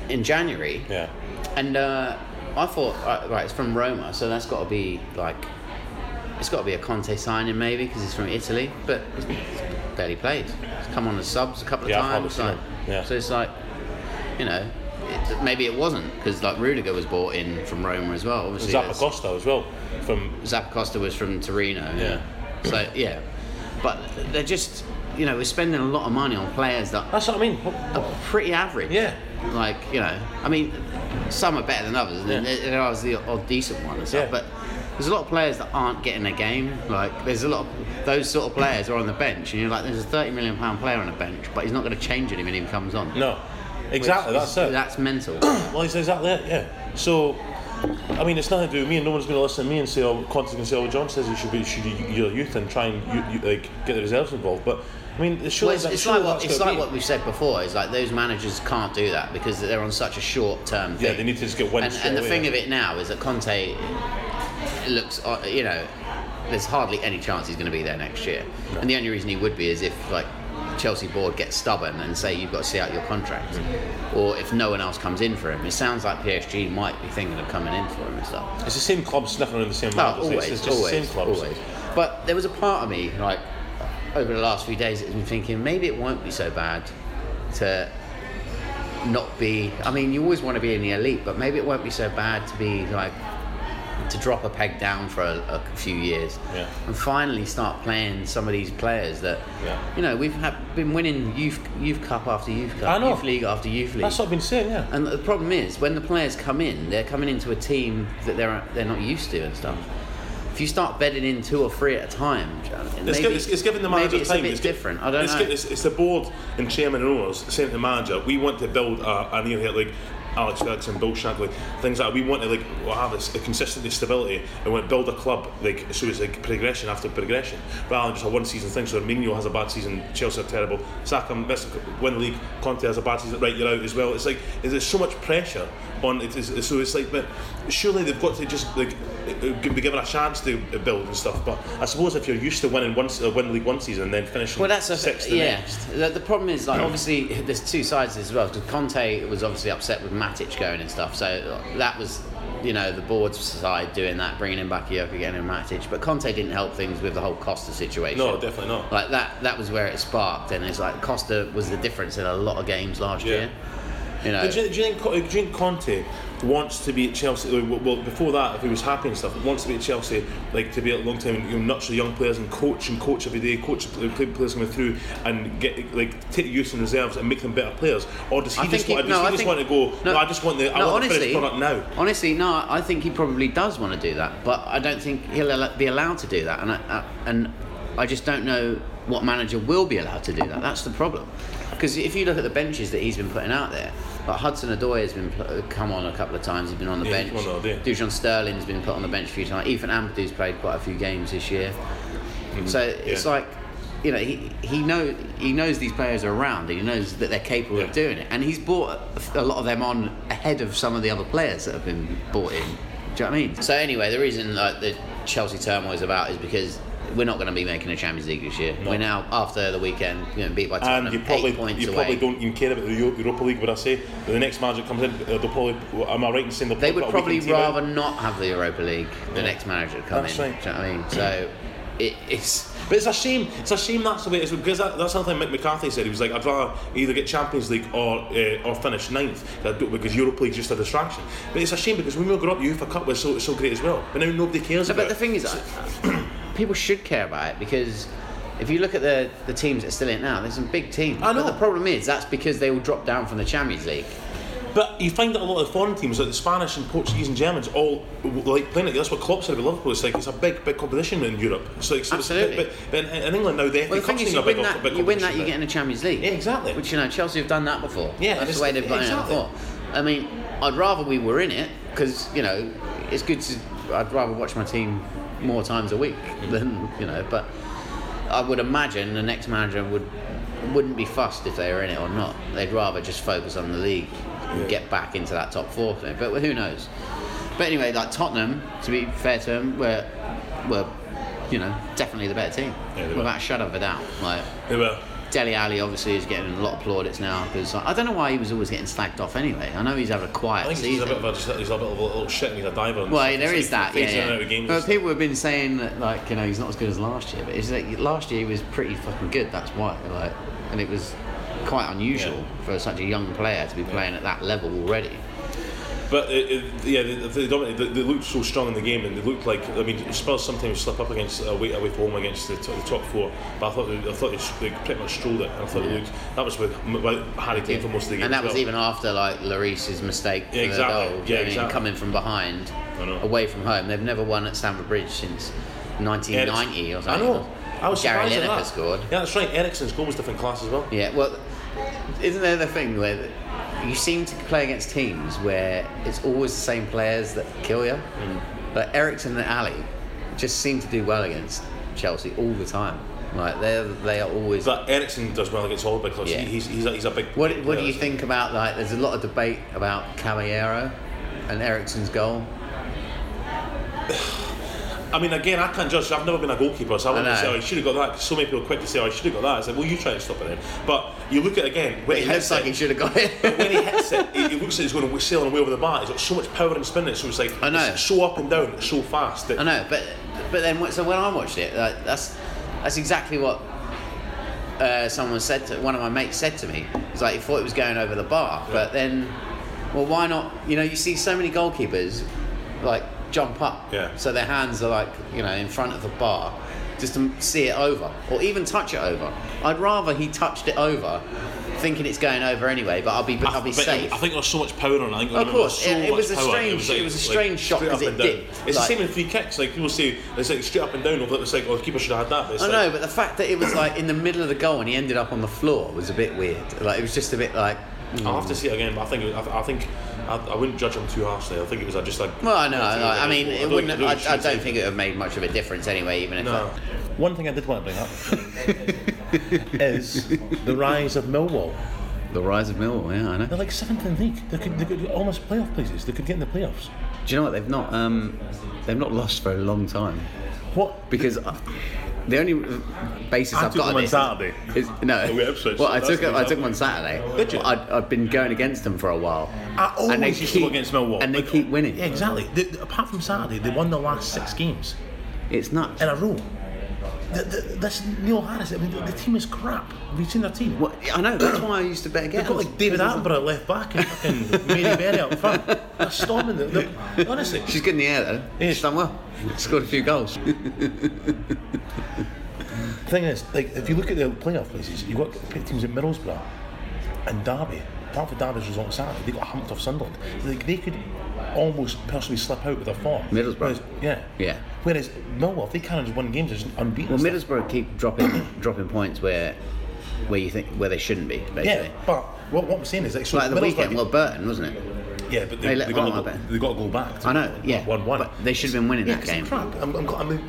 [SPEAKER 2] in January,
[SPEAKER 5] Yeah.
[SPEAKER 2] and uh, I thought uh, right, it's from Roma, so that's got to be like it's got to be a Conte signing maybe because he's from Italy, but he's barely played. He's come on as subs a couple of
[SPEAKER 5] Yeah, I've hardly
[SPEAKER 2] times.
[SPEAKER 5] seen
[SPEAKER 2] Like,
[SPEAKER 5] him. Yeah.
[SPEAKER 2] So it's like you know. It, maybe it wasn't because like Rudiger was bought in from Roma as well. Obviously,
[SPEAKER 5] Zappa
[SPEAKER 2] there's-
[SPEAKER 5] Costa as well from
[SPEAKER 2] Zappacosta was from Torino.
[SPEAKER 5] Yeah.
[SPEAKER 2] So yeah, but they're just you know we're spending a lot of money on players that
[SPEAKER 5] That's what I mean.
[SPEAKER 2] are Oh, pretty average.
[SPEAKER 5] Yeah.
[SPEAKER 2] Like you know, I mean, some are better than others, and
[SPEAKER 5] Yeah.
[SPEAKER 2] there there are the odd decent ones. and stuff,
[SPEAKER 5] Yeah.
[SPEAKER 2] But there's a lot of players that aren't getting a game. Like there's a lot of those sort of players are on the bench, and you're like, there's a 30 million pound player on the bench, but he's not going to change him when he comes on.
[SPEAKER 5] No, exactly.
[SPEAKER 2] Which
[SPEAKER 5] That's
[SPEAKER 2] is-
[SPEAKER 5] it.
[SPEAKER 2] That's mental.
[SPEAKER 5] Well, it's exactly it, yeah. So, I mean, it's nothing to do with me, and no one's going to listen to me and say, oh, Conte's going to say, oh, John says you should be should you, your youth and try and you, you, like get the reserves involved. But, I mean, it's surely
[SPEAKER 2] Well, it's,
[SPEAKER 5] that-
[SPEAKER 2] it's
[SPEAKER 5] surely
[SPEAKER 2] like what
[SPEAKER 5] that's
[SPEAKER 2] it's
[SPEAKER 5] gotta
[SPEAKER 2] like
[SPEAKER 5] be.
[SPEAKER 2] what we've said before. Is like those managers can't do that because they're on such a short term.
[SPEAKER 5] Yeah, they need to just get wins
[SPEAKER 2] And,
[SPEAKER 5] straight
[SPEAKER 2] and the
[SPEAKER 5] away,
[SPEAKER 2] thing
[SPEAKER 5] yeah.
[SPEAKER 2] of it now is that Conte looks, uh, you know, there's hardly any chance he's going to be there next year. And the only reason he would be is if like Chelsea board gets stubborn and say you've got to see out your contract,
[SPEAKER 5] Mm.
[SPEAKER 2] or if no one else comes in for him. It sounds like PSG might be thinking of coming in for him and stuff.
[SPEAKER 5] It's the same club sniffing around the same
[SPEAKER 2] No,
[SPEAKER 5] managers,
[SPEAKER 2] always,
[SPEAKER 5] it's, it's just
[SPEAKER 2] always,
[SPEAKER 5] the same clubs.
[SPEAKER 2] always. But there was a part of me, like, over the last few days, that's been thinking maybe it won't be so bad to not be. I mean, you always want to be in the elite, but maybe it won't be so bad to be like to drop a peg down for a, a few years
[SPEAKER 5] Yeah.
[SPEAKER 2] and finally start playing some of these players that
[SPEAKER 5] Yeah.
[SPEAKER 2] you know we've had, been winning youth youth cup after youth cup,
[SPEAKER 5] I know.
[SPEAKER 2] youth league after youth league.
[SPEAKER 5] That's what I've been saying, yeah.
[SPEAKER 2] And the problem is, when the players come in, they're coming into a team that they're they're not used to and stuff. If you start bedding in two or three at a time,
[SPEAKER 5] It's,
[SPEAKER 2] maybe,
[SPEAKER 5] gi- it's, it's giving the
[SPEAKER 2] maybe
[SPEAKER 5] manager
[SPEAKER 2] it's
[SPEAKER 5] time.
[SPEAKER 2] a bit
[SPEAKER 5] it's gi-
[SPEAKER 2] different. I don't
[SPEAKER 5] it's,
[SPEAKER 2] know.
[SPEAKER 5] gi- It's, it's the board and chairman and owners saying to the manager, we want to build a, a near hit like Alex Ferguson, Bill Shankly, things like that. We want to like we'll have this a consistency, stability, and we want to build a club like so it's like progression after progression, rather than just a one season thing. So Mourinho has a bad season, Chelsea are terrible, Saka misses win the league, Conte has a bad season, right, you're out as well. It's like there's so much pressure on it. Is, so it's like, but surely they've got to just like be given a chance to build and stuff. But I suppose if you're used to winning one, se- uh, win the league one season and then finishing
[SPEAKER 2] Well, that's a
[SPEAKER 5] sixth, the
[SPEAKER 2] yeah.
[SPEAKER 5] next,
[SPEAKER 2] The, the problem is like obviously there's two sides to this as well. Because Conte was obviously upset with Matic going and stuff, so that was you know the board's side doing that, bringing in Bakayoko again and Matic. But Conte didn't help things with the whole Costa situation.
[SPEAKER 5] No, definitely not.
[SPEAKER 2] Like that that was where it sparked, and it's like Costa was the difference in a lot of games last
[SPEAKER 5] Yeah.
[SPEAKER 2] year. You know,
[SPEAKER 5] Do you, do, you think, do you think Conte wants to be at Chelsea? Well, well, before that, if he was happy and stuff, wants to be at Chelsea, like to be at long time, and you know, nurture young players and coach and coach every day, coach the play- players coming through and get like take the youth and reserves and make them better players, or does he
[SPEAKER 2] I think
[SPEAKER 5] just
[SPEAKER 2] he-
[SPEAKER 5] want? does
[SPEAKER 2] no,
[SPEAKER 5] he
[SPEAKER 2] I
[SPEAKER 5] just
[SPEAKER 2] think-
[SPEAKER 5] want to go? No,
[SPEAKER 2] no,
[SPEAKER 5] I just want the I
[SPEAKER 2] no,
[SPEAKER 5] want the
[SPEAKER 2] honestly-
[SPEAKER 5] finished product now.
[SPEAKER 2] Honestly, no. I think he probably does want to do that, but I don't think he'll al- be allowed to do uh, that, and I, I, and I just don't know what manager will be allowed to do that. That's the problem. Because if you look at the benches that he's been putting out there, like Hudson Odoi has been pl- come on a couple of times. He's been on the
[SPEAKER 5] Yeah, he's
[SPEAKER 2] bench.
[SPEAKER 5] come on the other day.
[SPEAKER 2] Dujon Sterling's been put on the bench a few times. Ethan Ampadu's played quite a few games this year. So it's
[SPEAKER 5] Yeah.
[SPEAKER 2] like, you know, he he know he knows these players are around. and He knows that they're capable
[SPEAKER 5] Yeah.
[SPEAKER 2] of doing it, and he's brought a lot of them on ahead of some of the other players that have been brought in. Do you know what I mean? So anyway, the reason like the Chelsea turmoil is about is because. We're not going to be making a Champions League this year. We're now after the weekend, you know, beat by Tottenham,
[SPEAKER 5] And you probably
[SPEAKER 2] eight points
[SPEAKER 5] you
[SPEAKER 2] away.
[SPEAKER 5] probably don't even care about the Eu- Europa League, would I say? But the next manager comes in, uh, they'll probably. Am I right in saying they'll
[SPEAKER 2] They would
[SPEAKER 5] put a
[SPEAKER 2] probably
[SPEAKER 5] weakened team out?
[SPEAKER 2] rather not have the Europa League. The next manager come
[SPEAKER 5] That's
[SPEAKER 2] in.
[SPEAKER 5] right.
[SPEAKER 2] Do you know what I mean? So it, it's
[SPEAKER 5] But it's a shame. It's a shame that's the way it is because that, that's something Mick McCarthy said. He was like, I'd rather either get Champions League or uh, or finish ninth I don't- because Europa League's just a distraction. But it's a shame because when we grew up, UEFA Cup was so so great as well. But now nobody cares
[SPEAKER 2] No,
[SPEAKER 5] about
[SPEAKER 2] but the
[SPEAKER 5] it.
[SPEAKER 2] thing is, I- people should care about it because if you look at the, the teams that are still in it now, there's some big teams.
[SPEAKER 5] I know.
[SPEAKER 2] But the problem is that's because they all dropped down from the Champions League.
[SPEAKER 5] But you find that a lot of foreign teams, like the Spanish and Portuguese and Germans, all w- like playing it. That's what Klopp said about Liverpool. It's like it's a big, big competition in Europe. So, like, so it's-
[SPEAKER 2] Absolutely.
[SPEAKER 5] But, but in, in England now, the
[SPEAKER 2] Well,
[SPEAKER 5] FA
[SPEAKER 2] the thing
[SPEAKER 5] Cup's
[SPEAKER 2] is,
[SPEAKER 5] thing a
[SPEAKER 2] you
[SPEAKER 5] big,
[SPEAKER 2] win,
[SPEAKER 5] off-
[SPEAKER 2] that,
[SPEAKER 5] big
[SPEAKER 2] you win that,
[SPEAKER 5] competition
[SPEAKER 2] you
[SPEAKER 5] now.
[SPEAKER 2] get in the Champions League.
[SPEAKER 5] Yeah, exactly.
[SPEAKER 2] Which you know, Chelsea have done that before.
[SPEAKER 5] Yeah,
[SPEAKER 2] that's
[SPEAKER 5] it's-
[SPEAKER 2] the way they've done
[SPEAKER 5] exactly.
[SPEAKER 2] it before. I mean, I'd rather we were in it because you know it's good to. I'd rather watch my team more times a week than you know, but I would imagine the next manager would wouldn't be fussed if they were in it or not. They'd rather just focus on the league and get back into that top four thing. But who knows? But anyway, like Tottenham, to be fair to them, were were you know definitely the better team
[SPEAKER 5] Yeah, they were.
[SPEAKER 2] without a shadow of a doubt. Like
[SPEAKER 5] They were.
[SPEAKER 2] Deli Ali obviously is getting a lot of plaudits now because I don't know why he was always getting slagged off anyway. I know he's had a
[SPEAKER 5] I
[SPEAKER 2] quiet
[SPEAKER 5] think he's a
[SPEAKER 2] season.
[SPEAKER 5] bit of a, just- he's a bit of a little shit. and He's a diver. and
[SPEAKER 2] well,
[SPEAKER 5] stuff.
[SPEAKER 2] there
[SPEAKER 5] He's
[SPEAKER 2] is that,
[SPEAKER 5] phasing in and
[SPEAKER 2] yeah.
[SPEAKER 5] out of
[SPEAKER 2] yeah.
[SPEAKER 5] games and
[SPEAKER 2] But
[SPEAKER 5] stuff.
[SPEAKER 2] people have been saying that, like, you know, he's not as good as last year. But it's like last year he was pretty fucking good. That's why, like, and it was quite unusual
[SPEAKER 5] Yeah.
[SPEAKER 2] for such a young player to be playing at that level already.
[SPEAKER 5] But it, it, yeah, they, they, dominated, they, they looked so strong in the game, and they looked like I mean Spurs sometimes slip up against uh, away away from home against the, t- the top four. But I thought they, I thought they, s- they pretty much strolled it. I thought they looked, that was with, with Harry Kane for most of the game.
[SPEAKER 2] and
[SPEAKER 5] as
[SPEAKER 2] that was
[SPEAKER 5] well.
[SPEAKER 2] even after like Lloris's mistake
[SPEAKER 5] Yeah,
[SPEAKER 2] for the
[SPEAKER 5] exactly.
[SPEAKER 2] goal.
[SPEAKER 5] Yeah,
[SPEAKER 2] I mean,
[SPEAKER 5] exactly.
[SPEAKER 2] Coming from behind,
[SPEAKER 5] I know.
[SPEAKER 2] away from home, they've never won at Stamford Bridge since 1990 or
[SPEAKER 5] I
[SPEAKER 2] something.
[SPEAKER 5] know. I was
[SPEAKER 2] Gary
[SPEAKER 5] surprised at
[SPEAKER 2] Lineker
[SPEAKER 5] that.
[SPEAKER 2] scored.
[SPEAKER 5] Yeah, that's right. Ericsson's goal was different class as well.
[SPEAKER 2] Yeah, well, isn't there the thing where you seem to play against teams where it's always the same players that kill you? But Ericsson and Ali just seem to do well against Chelsea all the time. Like they they are always.
[SPEAKER 5] But Ericsson does well against all the big clubs.
[SPEAKER 2] Yeah.
[SPEAKER 5] He, he's, he's, a, he's a big.
[SPEAKER 2] What, what
[SPEAKER 5] big
[SPEAKER 2] do
[SPEAKER 5] player,
[SPEAKER 2] you
[SPEAKER 5] isn't he?
[SPEAKER 2] think about like? There's a lot of debate about Caballero and Ericsson's goal.
[SPEAKER 5] I mean, again, I can't judge. I've never been a goalkeeper, so I wouldn't
[SPEAKER 2] know.
[SPEAKER 5] say, oh, I should have got that. 'cause so many people quickly say, oh, I should have got that. I said, well, you try and stop it then. But you look at it again. When
[SPEAKER 2] It
[SPEAKER 5] he
[SPEAKER 2] looks
[SPEAKER 5] hits
[SPEAKER 2] like
[SPEAKER 5] it,
[SPEAKER 2] he should have got it.
[SPEAKER 5] when he hits it, it, it looks like he's going to sail away over the bar. He's got so much power and spin in it, so it's like
[SPEAKER 2] I know.
[SPEAKER 5] it's so up and down, it's so fast. That,
[SPEAKER 2] I know, but but then what- so when I watched it, like, that's that's exactly what uh, someone said to one of my mates said to me. It's like he thought it was going over the bar, but then well, why not? You know, you see so many goalkeepers like jump up,
[SPEAKER 5] Yeah.
[SPEAKER 2] so their hands are like you know in front of the bar. Just to see it over, or even touch it over. I'd rather he touched it over, thinking it's going over anyway. But I'll be,
[SPEAKER 5] I,
[SPEAKER 2] I'll be
[SPEAKER 5] but
[SPEAKER 2] safe.
[SPEAKER 5] I think there's so much power on. it. I think
[SPEAKER 2] Of
[SPEAKER 5] there
[SPEAKER 2] course,
[SPEAKER 5] so
[SPEAKER 2] it- it
[SPEAKER 5] much
[SPEAKER 2] was a
[SPEAKER 5] power.
[SPEAKER 2] strange- it was a strange shot
[SPEAKER 5] straight
[SPEAKER 2] 'cause
[SPEAKER 5] up
[SPEAKER 2] it
[SPEAKER 5] and down.
[SPEAKER 2] dipped,
[SPEAKER 5] It's
[SPEAKER 2] like-
[SPEAKER 5] the same in free kicks. Like people say, it's like straight up and down. although It's like, oh, the keeper should have had that. But it's
[SPEAKER 2] I
[SPEAKER 5] like,
[SPEAKER 2] know, but the fact that it was like in the middle of the goal and he ended up on the floor was a bit weird. Like it was just a bit like.
[SPEAKER 5] I'll have to see it again. But I think it was- I, th- I think I, I wouldn't judge him too harshly. I think it was a, just a.
[SPEAKER 2] Well, I know.
[SPEAKER 5] a team
[SPEAKER 2] I, I
[SPEAKER 5] that-
[SPEAKER 2] mean, it
[SPEAKER 5] don't-
[SPEAKER 2] wouldn't. I, I
[SPEAKER 5] shouldn't
[SPEAKER 2] don't
[SPEAKER 5] say-
[SPEAKER 2] think it would have made much of a difference anyway. Even if
[SPEAKER 5] No.
[SPEAKER 2] I,
[SPEAKER 5] One thing I did want to bring up is the rise of Millwall.
[SPEAKER 2] the rise of Millwall, yeah, I know.
[SPEAKER 5] They're like seventh in the league. They could, they could almost playoff places. They could get in the playoffs.
[SPEAKER 2] Do you know what? They've not. Um, they've not lost for a long time
[SPEAKER 5] What
[SPEAKER 2] because. I, the only basis
[SPEAKER 5] I
[SPEAKER 2] I've
[SPEAKER 5] took
[SPEAKER 2] got
[SPEAKER 5] them
[SPEAKER 2] on
[SPEAKER 5] on
[SPEAKER 2] this
[SPEAKER 5] Saturday.
[SPEAKER 2] is, no.
[SPEAKER 5] We upset,
[SPEAKER 2] well, I
[SPEAKER 5] that's
[SPEAKER 2] took
[SPEAKER 5] what
[SPEAKER 2] I took
[SPEAKER 5] happened.
[SPEAKER 2] them on Saturday.
[SPEAKER 5] Did you?
[SPEAKER 2] I'd, I've been going against them for a while.
[SPEAKER 5] I always
[SPEAKER 2] and they
[SPEAKER 5] used
[SPEAKER 2] keep,
[SPEAKER 5] to go against Millwall.
[SPEAKER 2] and they
[SPEAKER 5] Like,
[SPEAKER 2] keep winning.
[SPEAKER 5] Yeah, exactly. They, they- apart from Saturday, they won the last six games
[SPEAKER 2] It's nuts.
[SPEAKER 5] in a row. The, the, this Neil Harris, I mean, the, the team is crap. Have you seen their team?
[SPEAKER 2] Well, I know. That's why I used to bet against.
[SPEAKER 5] They've got like David Attenborough at left back and fucking Mary Berry up front. They're storming them. They're- Honestly.
[SPEAKER 2] She's good in the air though.
[SPEAKER 5] Yeah.
[SPEAKER 2] She's done well. Scored a few goals.
[SPEAKER 5] The thing is, like, if you look at the playoff places, you've got teams at Middlesbrough and Derby. Apart from Derby's result on Saturday, they got humped off Sunderland. Like, they could almost personally slip out with their form.
[SPEAKER 2] Middlesbrough.
[SPEAKER 5] Whereas- yeah.
[SPEAKER 2] Yeah.
[SPEAKER 5] Whereas Millwall, if they can't just win games, they're just unbeaten.
[SPEAKER 2] well,
[SPEAKER 5] and stuff.
[SPEAKER 2] Middlesbrough keep dropping dropping points where where you think where they shouldn't be. Basically.
[SPEAKER 5] Yeah, but what, what I'm saying is, like, so
[SPEAKER 2] Like the
[SPEAKER 5] Middlesbrough-
[SPEAKER 2] weekend, well, Burton wasn't it?
[SPEAKER 5] yeah, but
[SPEAKER 2] they
[SPEAKER 5] they,
[SPEAKER 2] let
[SPEAKER 5] they,
[SPEAKER 2] one
[SPEAKER 5] got
[SPEAKER 2] up
[SPEAKER 5] to go,
[SPEAKER 2] there.
[SPEAKER 5] they got to go back. To
[SPEAKER 2] I know. Yeah,
[SPEAKER 5] one-one.
[SPEAKER 2] But they should have been winning
[SPEAKER 5] yeah,
[SPEAKER 2] that
[SPEAKER 5] 'cause they're
[SPEAKER 2] game.
[SPEAKER 5] crap. I'm, I'm, I mean,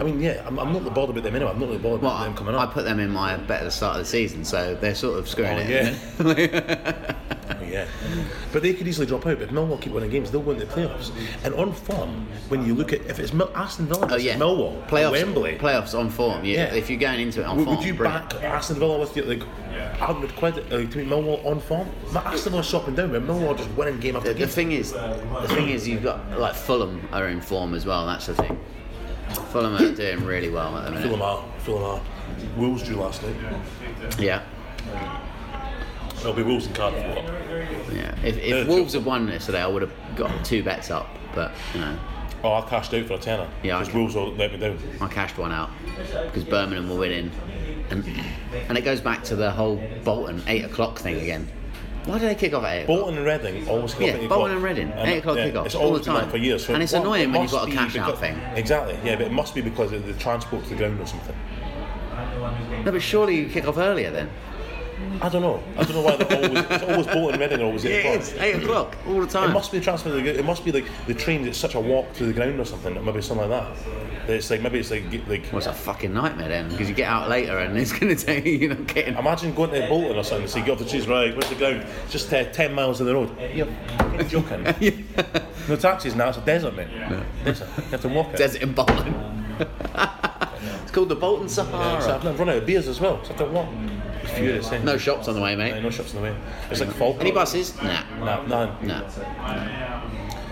[SPEAKER 5] I mean, yeah, I'm, I'm not really bothered about them anyway. I'm not really bothered
[SPEAKER 2] Well,
[SPEAKER 5] about them coming
[SPEAKER 2] I
[SPEAKER 5] up.
[SPEAKER 2] put them in my bet at the start of the season, so they're sort of screwing
[SPEAKER 5] Oh,
[SPEAKER 2] it.
[SPEAKER 5] yeah. Oh, yeah, but they could easily drop out. But Millwall keep winning games; they'll win the playoffs. And on form, when you look at if it's Mil- Aston Villa,
[SPEAKER 2] Oh
[SPEAKER 5] versus
[SPEAKER 2] yeah,
[SPEAKER 5] Millwall,
[SPEAKER 2] playoffs,
[SPEAKER 5] Wembley.
[SPEAKER 2] playoffs on form. Yeah,
[SPEAKER 5] Yeah.
[SPEAKER 2] if you're going into it on
[SPEAKER 5] Would,
[SPEAKER 2] form,
[SPEAKER 5] would you
[SPEAKER 2] brilliant.
[SPEAKER 5] back Aston Villa with your, like 100 quid uh, to meet Millwall on form? My Aston Villa shopping down, where Millwall just winning game after
[SPEAKER 2] The, the
[SPEAKER 5] game.
[SPEAKER 2] thing is, the thing is, you've got like Fulham are in form as well. That's the thing. Fulham are doing really well at the minute.
[SPEAKER 5] Fulham are, Fulham are. Wolves drew last night.
[SPEAKER 2] Yeah,
[SPEAKER 5] It'll be Wolves and Cardiff. what?
[SPEAKER 2] yeah. If, if
[SPEAKER 5] No, it's
[SPEAKER 2] Wolves had won yesterday, I would have got two bets up, but you know,
[SPEAKER 5] Oh, I cashed out for a tenner.
[SPEAKER 2] Yeah,
[SPEAKER 5] Because
[SPEAKER 2] I-
[SPEAKER 5] Wolves all let me down.
[SPEAKER 2] I cashed one out because Birmingham were winning, and and it goes back to the whole Bolton eight o'clock thing again. Why do they kick off at eight? o'clock?
[SPEAKER 5] Bolton and Reading always kick off
[SPEAKER 2] Yeah,
[SPEAKER 5] at eight
[SPEAKER 2] Bolton
[SPEAKER 5] o'clock.
[SPEAKER 2] and Reading,
[SPEAKER 5] Um,
[SPEAKER 2] eight o'clock
[SPEAKER 5] yeah,
[SPEAKER 2] kickoff,
[SPEAKER 5] It's
[SPEAKER 2] all
[SPEAKER 5] always
[SPEAKER 2] the
[SPEAKER 5] been that
[SPEAKER 2] time.
[SPEAKER 5] for years. So
[SPEAKER 2] And it's
[SPEAKER 5] what-
[SPEAKER 2] annoying
[SPEAKER 5] it
[SPEAKER 2] when you've
[SPEAKER 5] must
[SPEAKER 2] got a
[SPEAKER 5] be
[SPEAKER 2] cash out
[SPEAKER 5] because-
[SPEAKER 2] thing.
[SPEAKER 5] Exactly, yeah, but it must be because of the transport to the ground or something.
[SPEAKER 2] No, but surely you kick off earlier then.
[SPEAKER 5] I don't know. I don't know why they're always, it's always Bolton and Reading are always eight
[SPEAKER 2] It
[SPEAKER 5] o'clock.
[SPEAKER 2] is eight o'clock all the
[SPEAKER 5] It
[SPEAKER 2] time.
[SPEAKER 5] must be transferred. to the- It must be like the train. It's such a walk to the ground or something. or Maybe something like that. That It's like maybe it's like like.
[SPEAKER 2] Well, it's a fucking nightmare then because you get out later and it's going to take you, you know, getting.
[SPEAKER 5] Imagine going to Bolton or something. So you get off the cheese right. Where's the ground? Just uh, ten miles of the road. You're fucking joking. no taxis now. It's a desert, mate. Desert. You have to walk it.
[SPEAKER 2] Desert in Bolton. it's called the Bolton Sahara.
[SPEAKER 5] So I've not run out of beers as well. So I have to walk. It's furious. eh?
[SPEAKER 2] no shops on the way,
[SPEAKER 5] No,
[SPEAKER 2] mate.
[SPEAKER 5] no shops in the way. It's like fall.
[SPEAKER 2] Any buses? Nah.
[SPEAKER 5] Nah, nah,
[SPEAKER 2] No.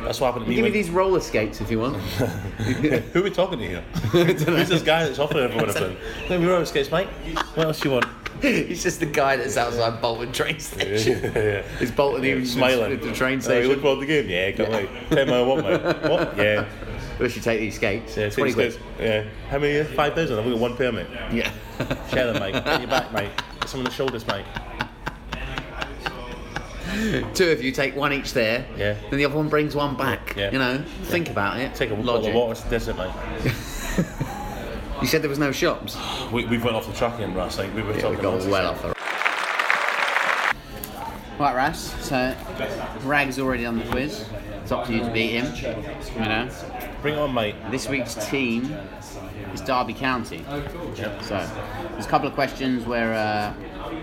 [SPEAKER 5] That's what happened to me.
[SPEAKER 2] Give me
[SPEAKER 5] when-
[SPEAKER 2] these roller skates if you want.
[SPEAKER 5] Who are we talking to here? Who's this guy that's offering everyone a thing? No, we were on skates, mate. What else do you want?
[SPEAKER 2] He's just the guy that's outside Bolton train station. Is Bolton even
[SPEAKER 5] smiling
[SPEAKER 2] at the train
[SPEAKER 5] Oh, you
[SPEAKER 2] station?
[SPEAKER 5] look forward to the game. Yeah, can't wait. Ten mile one, mate. What? Yeah.
[SPEAKER 2] we should take these skates.
[SPEAKER 5] Yeah, take
[SPEAKER 2] Twenty
[SPEAKER 5] the
[SPEAKER 2] quid.
[SPEAKER 5] stairs. yeah. How many? uh, Five thousand. I've only got one pair, mate.
[SPEAKER 2] Yeah.
[SPEAKER 5] Share them, mate. Get your back, mate. Get some on the shoulders, mate.
[SPEAKER 2] Two of you take one each there.
[SPEAKER 5] Yeah.
[SPEAKER 2] Then the other one brings one back.
[SPEAKER 5] Yeah.
[SPEAKER 2] You know, think about it.
[SPEAKER 5] Take a walk on
[SPEAKER 2] Logic.
[SPEAKER 5] the water. It's the desert, mate.
[SPEAKER 2] You said there was no shops.
[SPEAKER 5] We, we went off the track again, Russ. Like we were
[SPEAKER 2] Yeah, we
[SPEAKER 5] talking.
[SPEAKER 2] got
[SPEAKER 5] about-
[SPEAKER 2] well off the. Right, Ras. So Rag's already done the quiz. It's up to you to beat him. You know,
[SPEAKER 5] Bring it on, mate.
[SPEAKER 2] this week's team is Derby County. So there's a couple of questions where uh,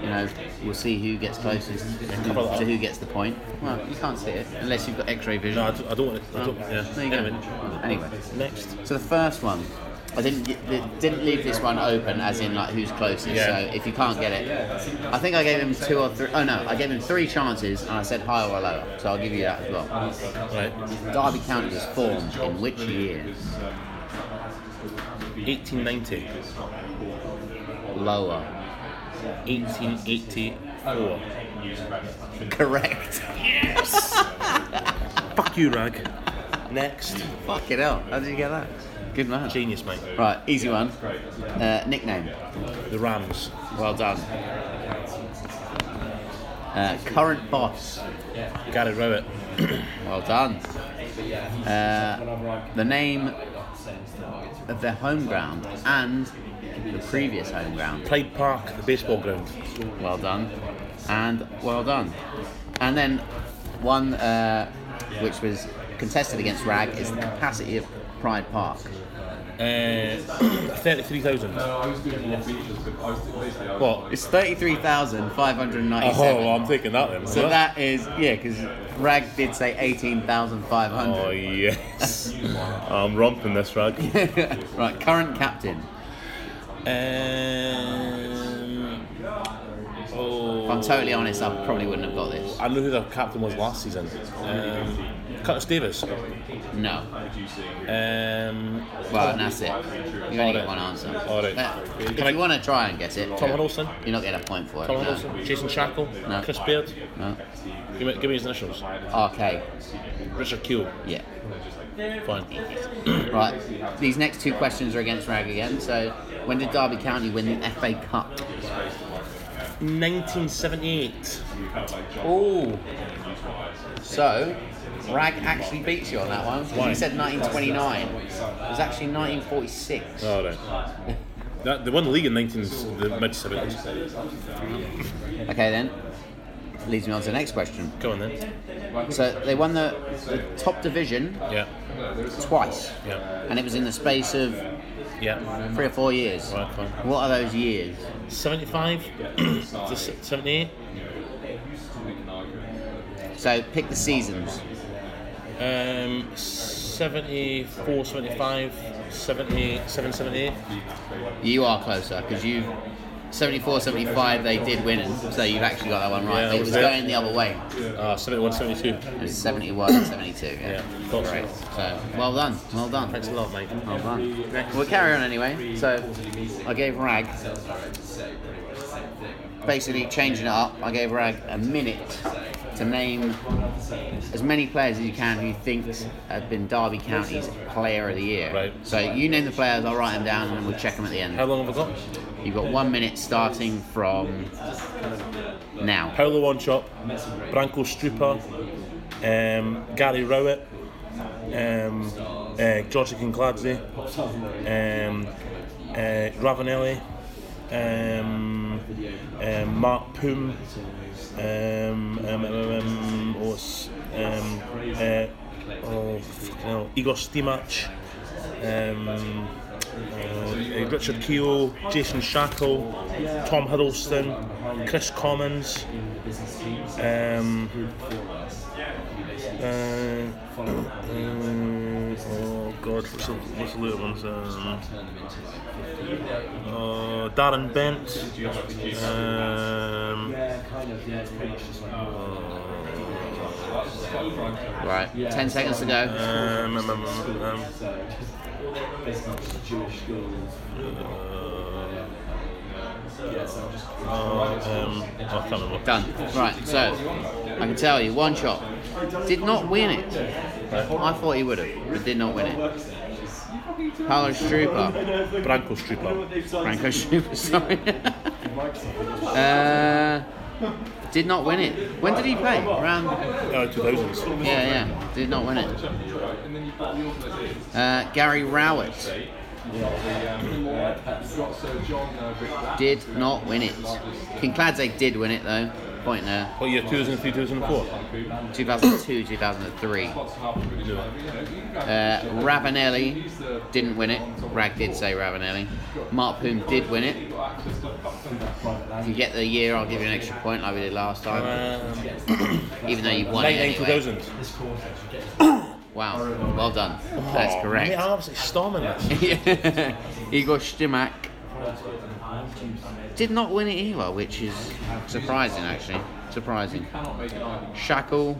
[SPEAKER 2] you know we'll see who gets closest
[SPEAKER 5] cover that
[SPEAKER 2] to who gets the point. Well, you can't see it unless you've got X-ray vision.
[SPEAKER 5] No, I don't, I don't want to. I don't, yeah.
[SPEAKER 2] There you
[SPEAKER 5] Anyway,
[SPEAKER 2] go. Anyway.
[SPEAKER 5] next.
[SPEAKER 2] So the first one, I didn't get- the- didn't leave this one open as in like who's closest.
[SPEAKER 5] Yeah.
[SPEAKER 2] So if you can't get it, I think I gave him two or three. Oh no, I gave him three chances and I said higher or lower. So I'll give you that as well.
[SPEAKER 5] Right.
[SPEAKER 2] Derby County was formed in which year?
[SPEAKER 5] 1890.
[SPEAKER 2] Lower.
[SPEAKER 5] 1884.
[SPEAKER 2] Correct.
[SPEAKER 5] Fuck you, Rag. Next.
[SPEAKER 2] Fucking hell! How did you get that? Good man.
[SPEAKER 5] Genius, mate.
[SPEAKER 2] Right, easy one. Uh, nickname.
[SPEAKER 5] The Rams.
[SPEAKER 2] Well done. Uh, current boss.
[SPEAKER 5] Gary Rowett.
[SPEAKER 2] Well done. Uh, the name of their home ground and the previous home ground.
[SPEAKER 5] Pride Park, the baseball ground.
[SPEAKER 2] Well done. And well done. And then one uh, which was contested against Rag is the capacity of Pride Park.
[SPEAKER 5] Uh, 33,000. What?
[SPEAKER 2] It's 33,597.
[SPEAKER 5] Oh, well, I'm taking that then.
[SPEAKER 2] so that is, yeah, because Rag did say 18,500.
[SPEAKER 5] Oh, yes. I'm romping this rag.
[SPEAKER 2] Right, current captain.
[SPEAKER 5] um,
[SPEAKER 2] If I'm totally honest, I probably wouldn't have got this.
[SPEAKER 5] oh, I knew who their captain was last season. Um, Curtis Davis.
[SPEAKER 2] No.
[SPEAKER 5] Um,
[SPEAKER 2] Well, and that's it. You only get one answer.
[SPEAKER 5] Alright.
[SPEAKER 2] But if
[SPEAKER 5] Can I-
[SPEAKER 2] you want to try and guess it,
[SPEAKER 5] Tom Hiddleston.
[SPEAKER 2] you're not getting a point for it.
[SPEAKER 5] Tom
[SPEAKER 2] no.
[SPEAKER 5] Hiddleston. Jason Shackle.
[SPEAKER 2] No.
[SPEAKER 5] Chris Beard.
[SPEAKER 2] No.
[SPEAKER 5] Give me, give me his initials.
[SPEAKER 2] RK.
[SPEAKER 5] Richard Keel.
[SPEAKER 2] Yeah.
[SPEAKER 5] Fine.
[SPEAKER 2] Right. These next two questions are against Rag again. So, when did Derby County win the FA Cup?
[SPEAKER 5] 1978.
[SPEAKER 2] Oh. So, Rag actually beats you on that one. 'cause
[SPEAKER 5] Why?
[SPEAKER 2] He said 1929. It was actually 1946.
[SPEAKER 5] All right. That, they won the league in 19, the mid 70s.
[SPEAKER 2] Okay, then. Leads me on to the next question.
[SPEAKER 5] Go on then.
[SPEAKER 2] So they won the, the top division
[SPEAKER 5] Yeah,
[SPEAKER 2] twice,
[SPEAKER 5] yeah,
[SPEAKER 2] and it was in the space of
[SPEAKER 5] yeah.
[SPEAKER 2] three or four years.
[SPEAKER 5] Right, fine.
[SPEAKER 2] What are those years?
[SPEAKER 5] 75 to 78.
[SPEAKER 2] So pick the seasons.
[SPEAKER 5] Um, 74, 75, 77, 78.
[SPEAKER 2] You are closer because you 74 75 they did win it, so you've actually got that one right.
[SPEAKER 5] Yeah,
[SPEAKER 2] But it was
[SPEAKER 5] yeah.
[SPEAKER 2] going the other way.
[SPEAKER 5] Ah, 71, 72.
[SPEAKER 2] It was 71 72.
[SPEAKER 5] Yeah,
[SPEAKER 2] Yeah.
[SPEAKER 5] thought so.
[SPEAKER 2] Great. So well done. Well done.
[SPEAKER 5] Thanks a lot, mate.
[SPEAKER 2] Well done. We'll carry on anyway. So I gave Rag basically changing it up. I gave Rag a minute to name as many players as you can who you think have been Derby County's Player of the Year.
[SPEAKER 5] Right.
[SPEAKER 2] So you name the players. I'll write them down and then we'll check them at the
[SPEAKER 5] How
[SPEAKER 2] end.
[SPEAKER 5] long have I got?
[SPEAKER 2] You've got one minute starting from now.
[SPEAKER 5] Paolo Wanchop, Branko Strupa, um, Gary Rowett, um, uh, Joshua Kinkladze, um, uh, Ravanelli, um, um, Mark Poom, um, um, um, um, um, what's, um, uh, oh, fucking hell, Igor Stimac, um, uh, Richard Keel, Jason Shackle, Tom Hiddleston, Chris Commons, um, uh, um, oh God, what's the, what's the later ones? Um, uh, Darren Bent. Um,
[SPEAKER 2] Right. Ten seconds to go.
[SPEAKER 5] um, um, um, um, um, um, oh, I can't remember.
[SPEAKER 2] Done. Right. So I can tell you, one shot did not win it. I thought he would have, but did not win it. Paolo Strupa,
[SPEAKER 5] Branko Strupa.
[SPEAKER 2] Franco Strupa, sorry. uh, did not win it. When did he play? Around
[SPEAKER 5] Uh, 2000s.
[SPEAKER 2] Yeah, yeah, did not win it. Uh, Gary Rowett. Did not win it. Kinkladze did win it though. Point there.
[SPEAKER 5] What year? 2003, 2004?
[SPEAKER 2] 2002, 2003. Uh, Ravanelli didn't win it. Rag did say Ravanelli. Mark Poom did win it. If you get the year, I'll give you an extra point like we did last time.
[SPEAKER 5] Um,
[SPEAKER 2] Even though you won it
[SPEAKER 5] 99,
[SPEAKER 2] anyway.
[SPEAKER 5] 2000.
[SPEAKER 2] Wow, well done. That's
[SPEAKER 5] Mate,
[SPEAKER 2] correct.
[SPEAKER 5] I'm absolutely storming this.
[SPEAKER 2] Igor Stimac did not win it either, which is surprising actually. Surprising. Shackle,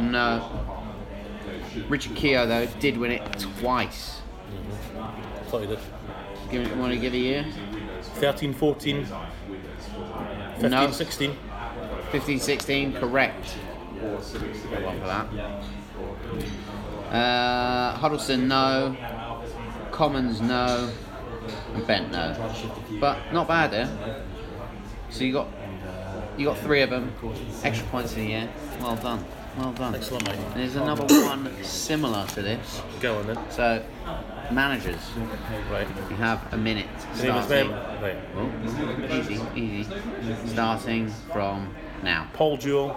[SPEAKER 2] no. Richard Keogh though did win it twice.
[SPEAKER 5] thought he did.
[SPEAKER 2] Give it, want to give a year?
[SPEAKER 5] 13, 14, 15,
[SPEAKER 2] No.
[SPEAKER 5] 16.
[SPEAKER 2] 15, 16, correct. Got one for that. Uh, Huddleston, no. Commons, no. And Bent, no. But not bad there. So you got you got three of them. Extra points in the year. Well done. Well done.
[SPEAKER 5] Thanks a lot, mate.
[SPEAKER 2] And there's another one similar to this.
[SPEAKER 5] Go on then.
[SPEAKER 2] So, managers,
[SPEAKER 5] Right.
[SPEAKER 2] you have a minute.
[SPEAKER 5] Name is
[SPEAKER 2] starting. Oh,
[SPEAKER 5] name. Right.
[SPEAKER 2] Easy, easy. Starting from now.
[SPEAKER 5] Paul Jewell,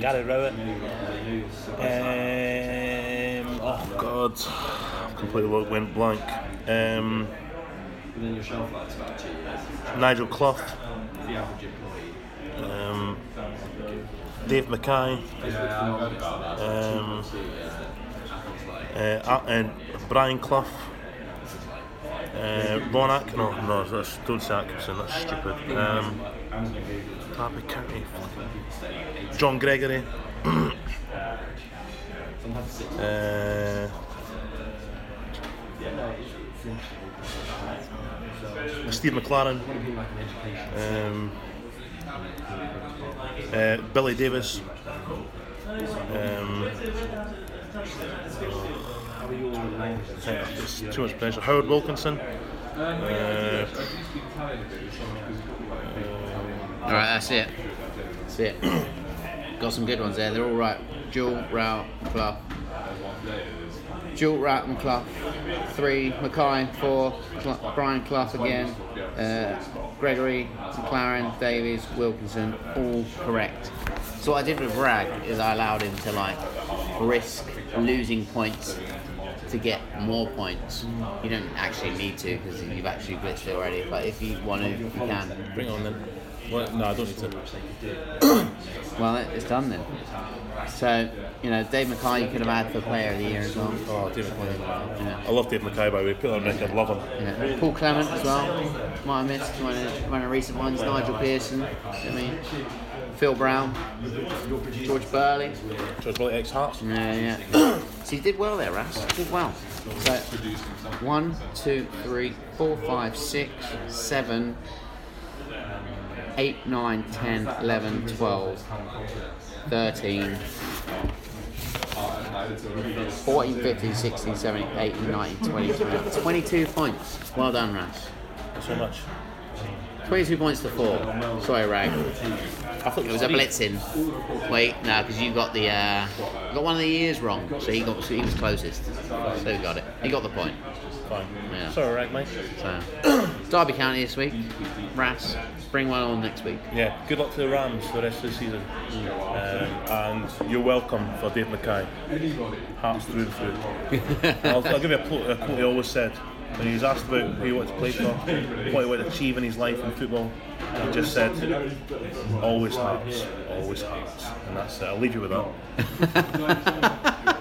[SPEAKER 5] Gary Rowett. Um, oh God, I've completely went- went blank. Um, Nigel Clough. Um, Dave Mackay. Um, uh, uh, and Brian Clough. Uh, Ron Atkinson. No, that's, don't say Atkinson. That's stupid. Um, Derby County. fucking- John Gregory. uh, Steve McLaren. Um, uh, Billy Davis. Um, it's too much pressure. Howard Wilkinson. Uh,
[SPEAKER 2] All right, that's it. That's it. Got some good ones there. They're all right. Jewel, Rao, Clough, dual rat McClough, three Mackay, four Cl- Brian Clough again, uh, Gregory, McLaren, Davies, Wilkinson, all correct. So what I did with Rag is I allowed him to like risk losing points to get more points. You don't actually need to because you've actually blitzed it already. But if you want to, you can.
[SPEAKER 5] Bring on then. Well, no, I don't need to.
[SPEAKER 2] Well, it- it's done then. So you know, Dave McKay you could have had for Player of the Year as well.
[SPEAKER 5] Oh, Dave McKay.
[SPEAKER 2] Yeah.
[SPEAKER 5] I love Dave McKay, by the way. Put on record, love him.
[SPEAKER 2] Yeah. Paul Clement as well. Might have missed one of, one of recent ones. Nigel Pearson. I mean, Phil Brown. George Burley.
[SPEAKER 5] George Billy X Hearts.
[SPEAKER 2] Yeah, yeah. so you did well there, Ras. You did well. So one, two, three, four, five, six, seven, eight, nine, ten, eleven, twelve, thirteen. 14, 15, 16, 17, 18, 19, 20, 21. 22 points. Well done, Ras.
[SPEAKER 5] Thanks so much.
[SPEAKER 2] 22 points to four. Sorry, Rag.
[SPEAKER 5] I thought
[SPEAKER 2] It was a blitzing. Wait, no, because you got the uh, you got one of the years wrong, so he got so he was closest. So he got it. He got the point.
[SPEAKER 5] Fine.
[SPEAKER 2] Yeah.
[SPEAKER 5] Sorry, right, mate.
[SPEAKER 2] So Derby County this week. Ras, bring one on next week.
[SPEAKER 5] Yeah, good luck to the Rams for the rest of the season. Um, and you're welcome for Dave McKay. Hearts through and through. I'll, I'll give you a quote, a quote he always said. When he was asked about who he wanted to play for, what he wanted to achieve in his life in football, he just said, always hearts, always hearts. And that's it. I'll leave you with that.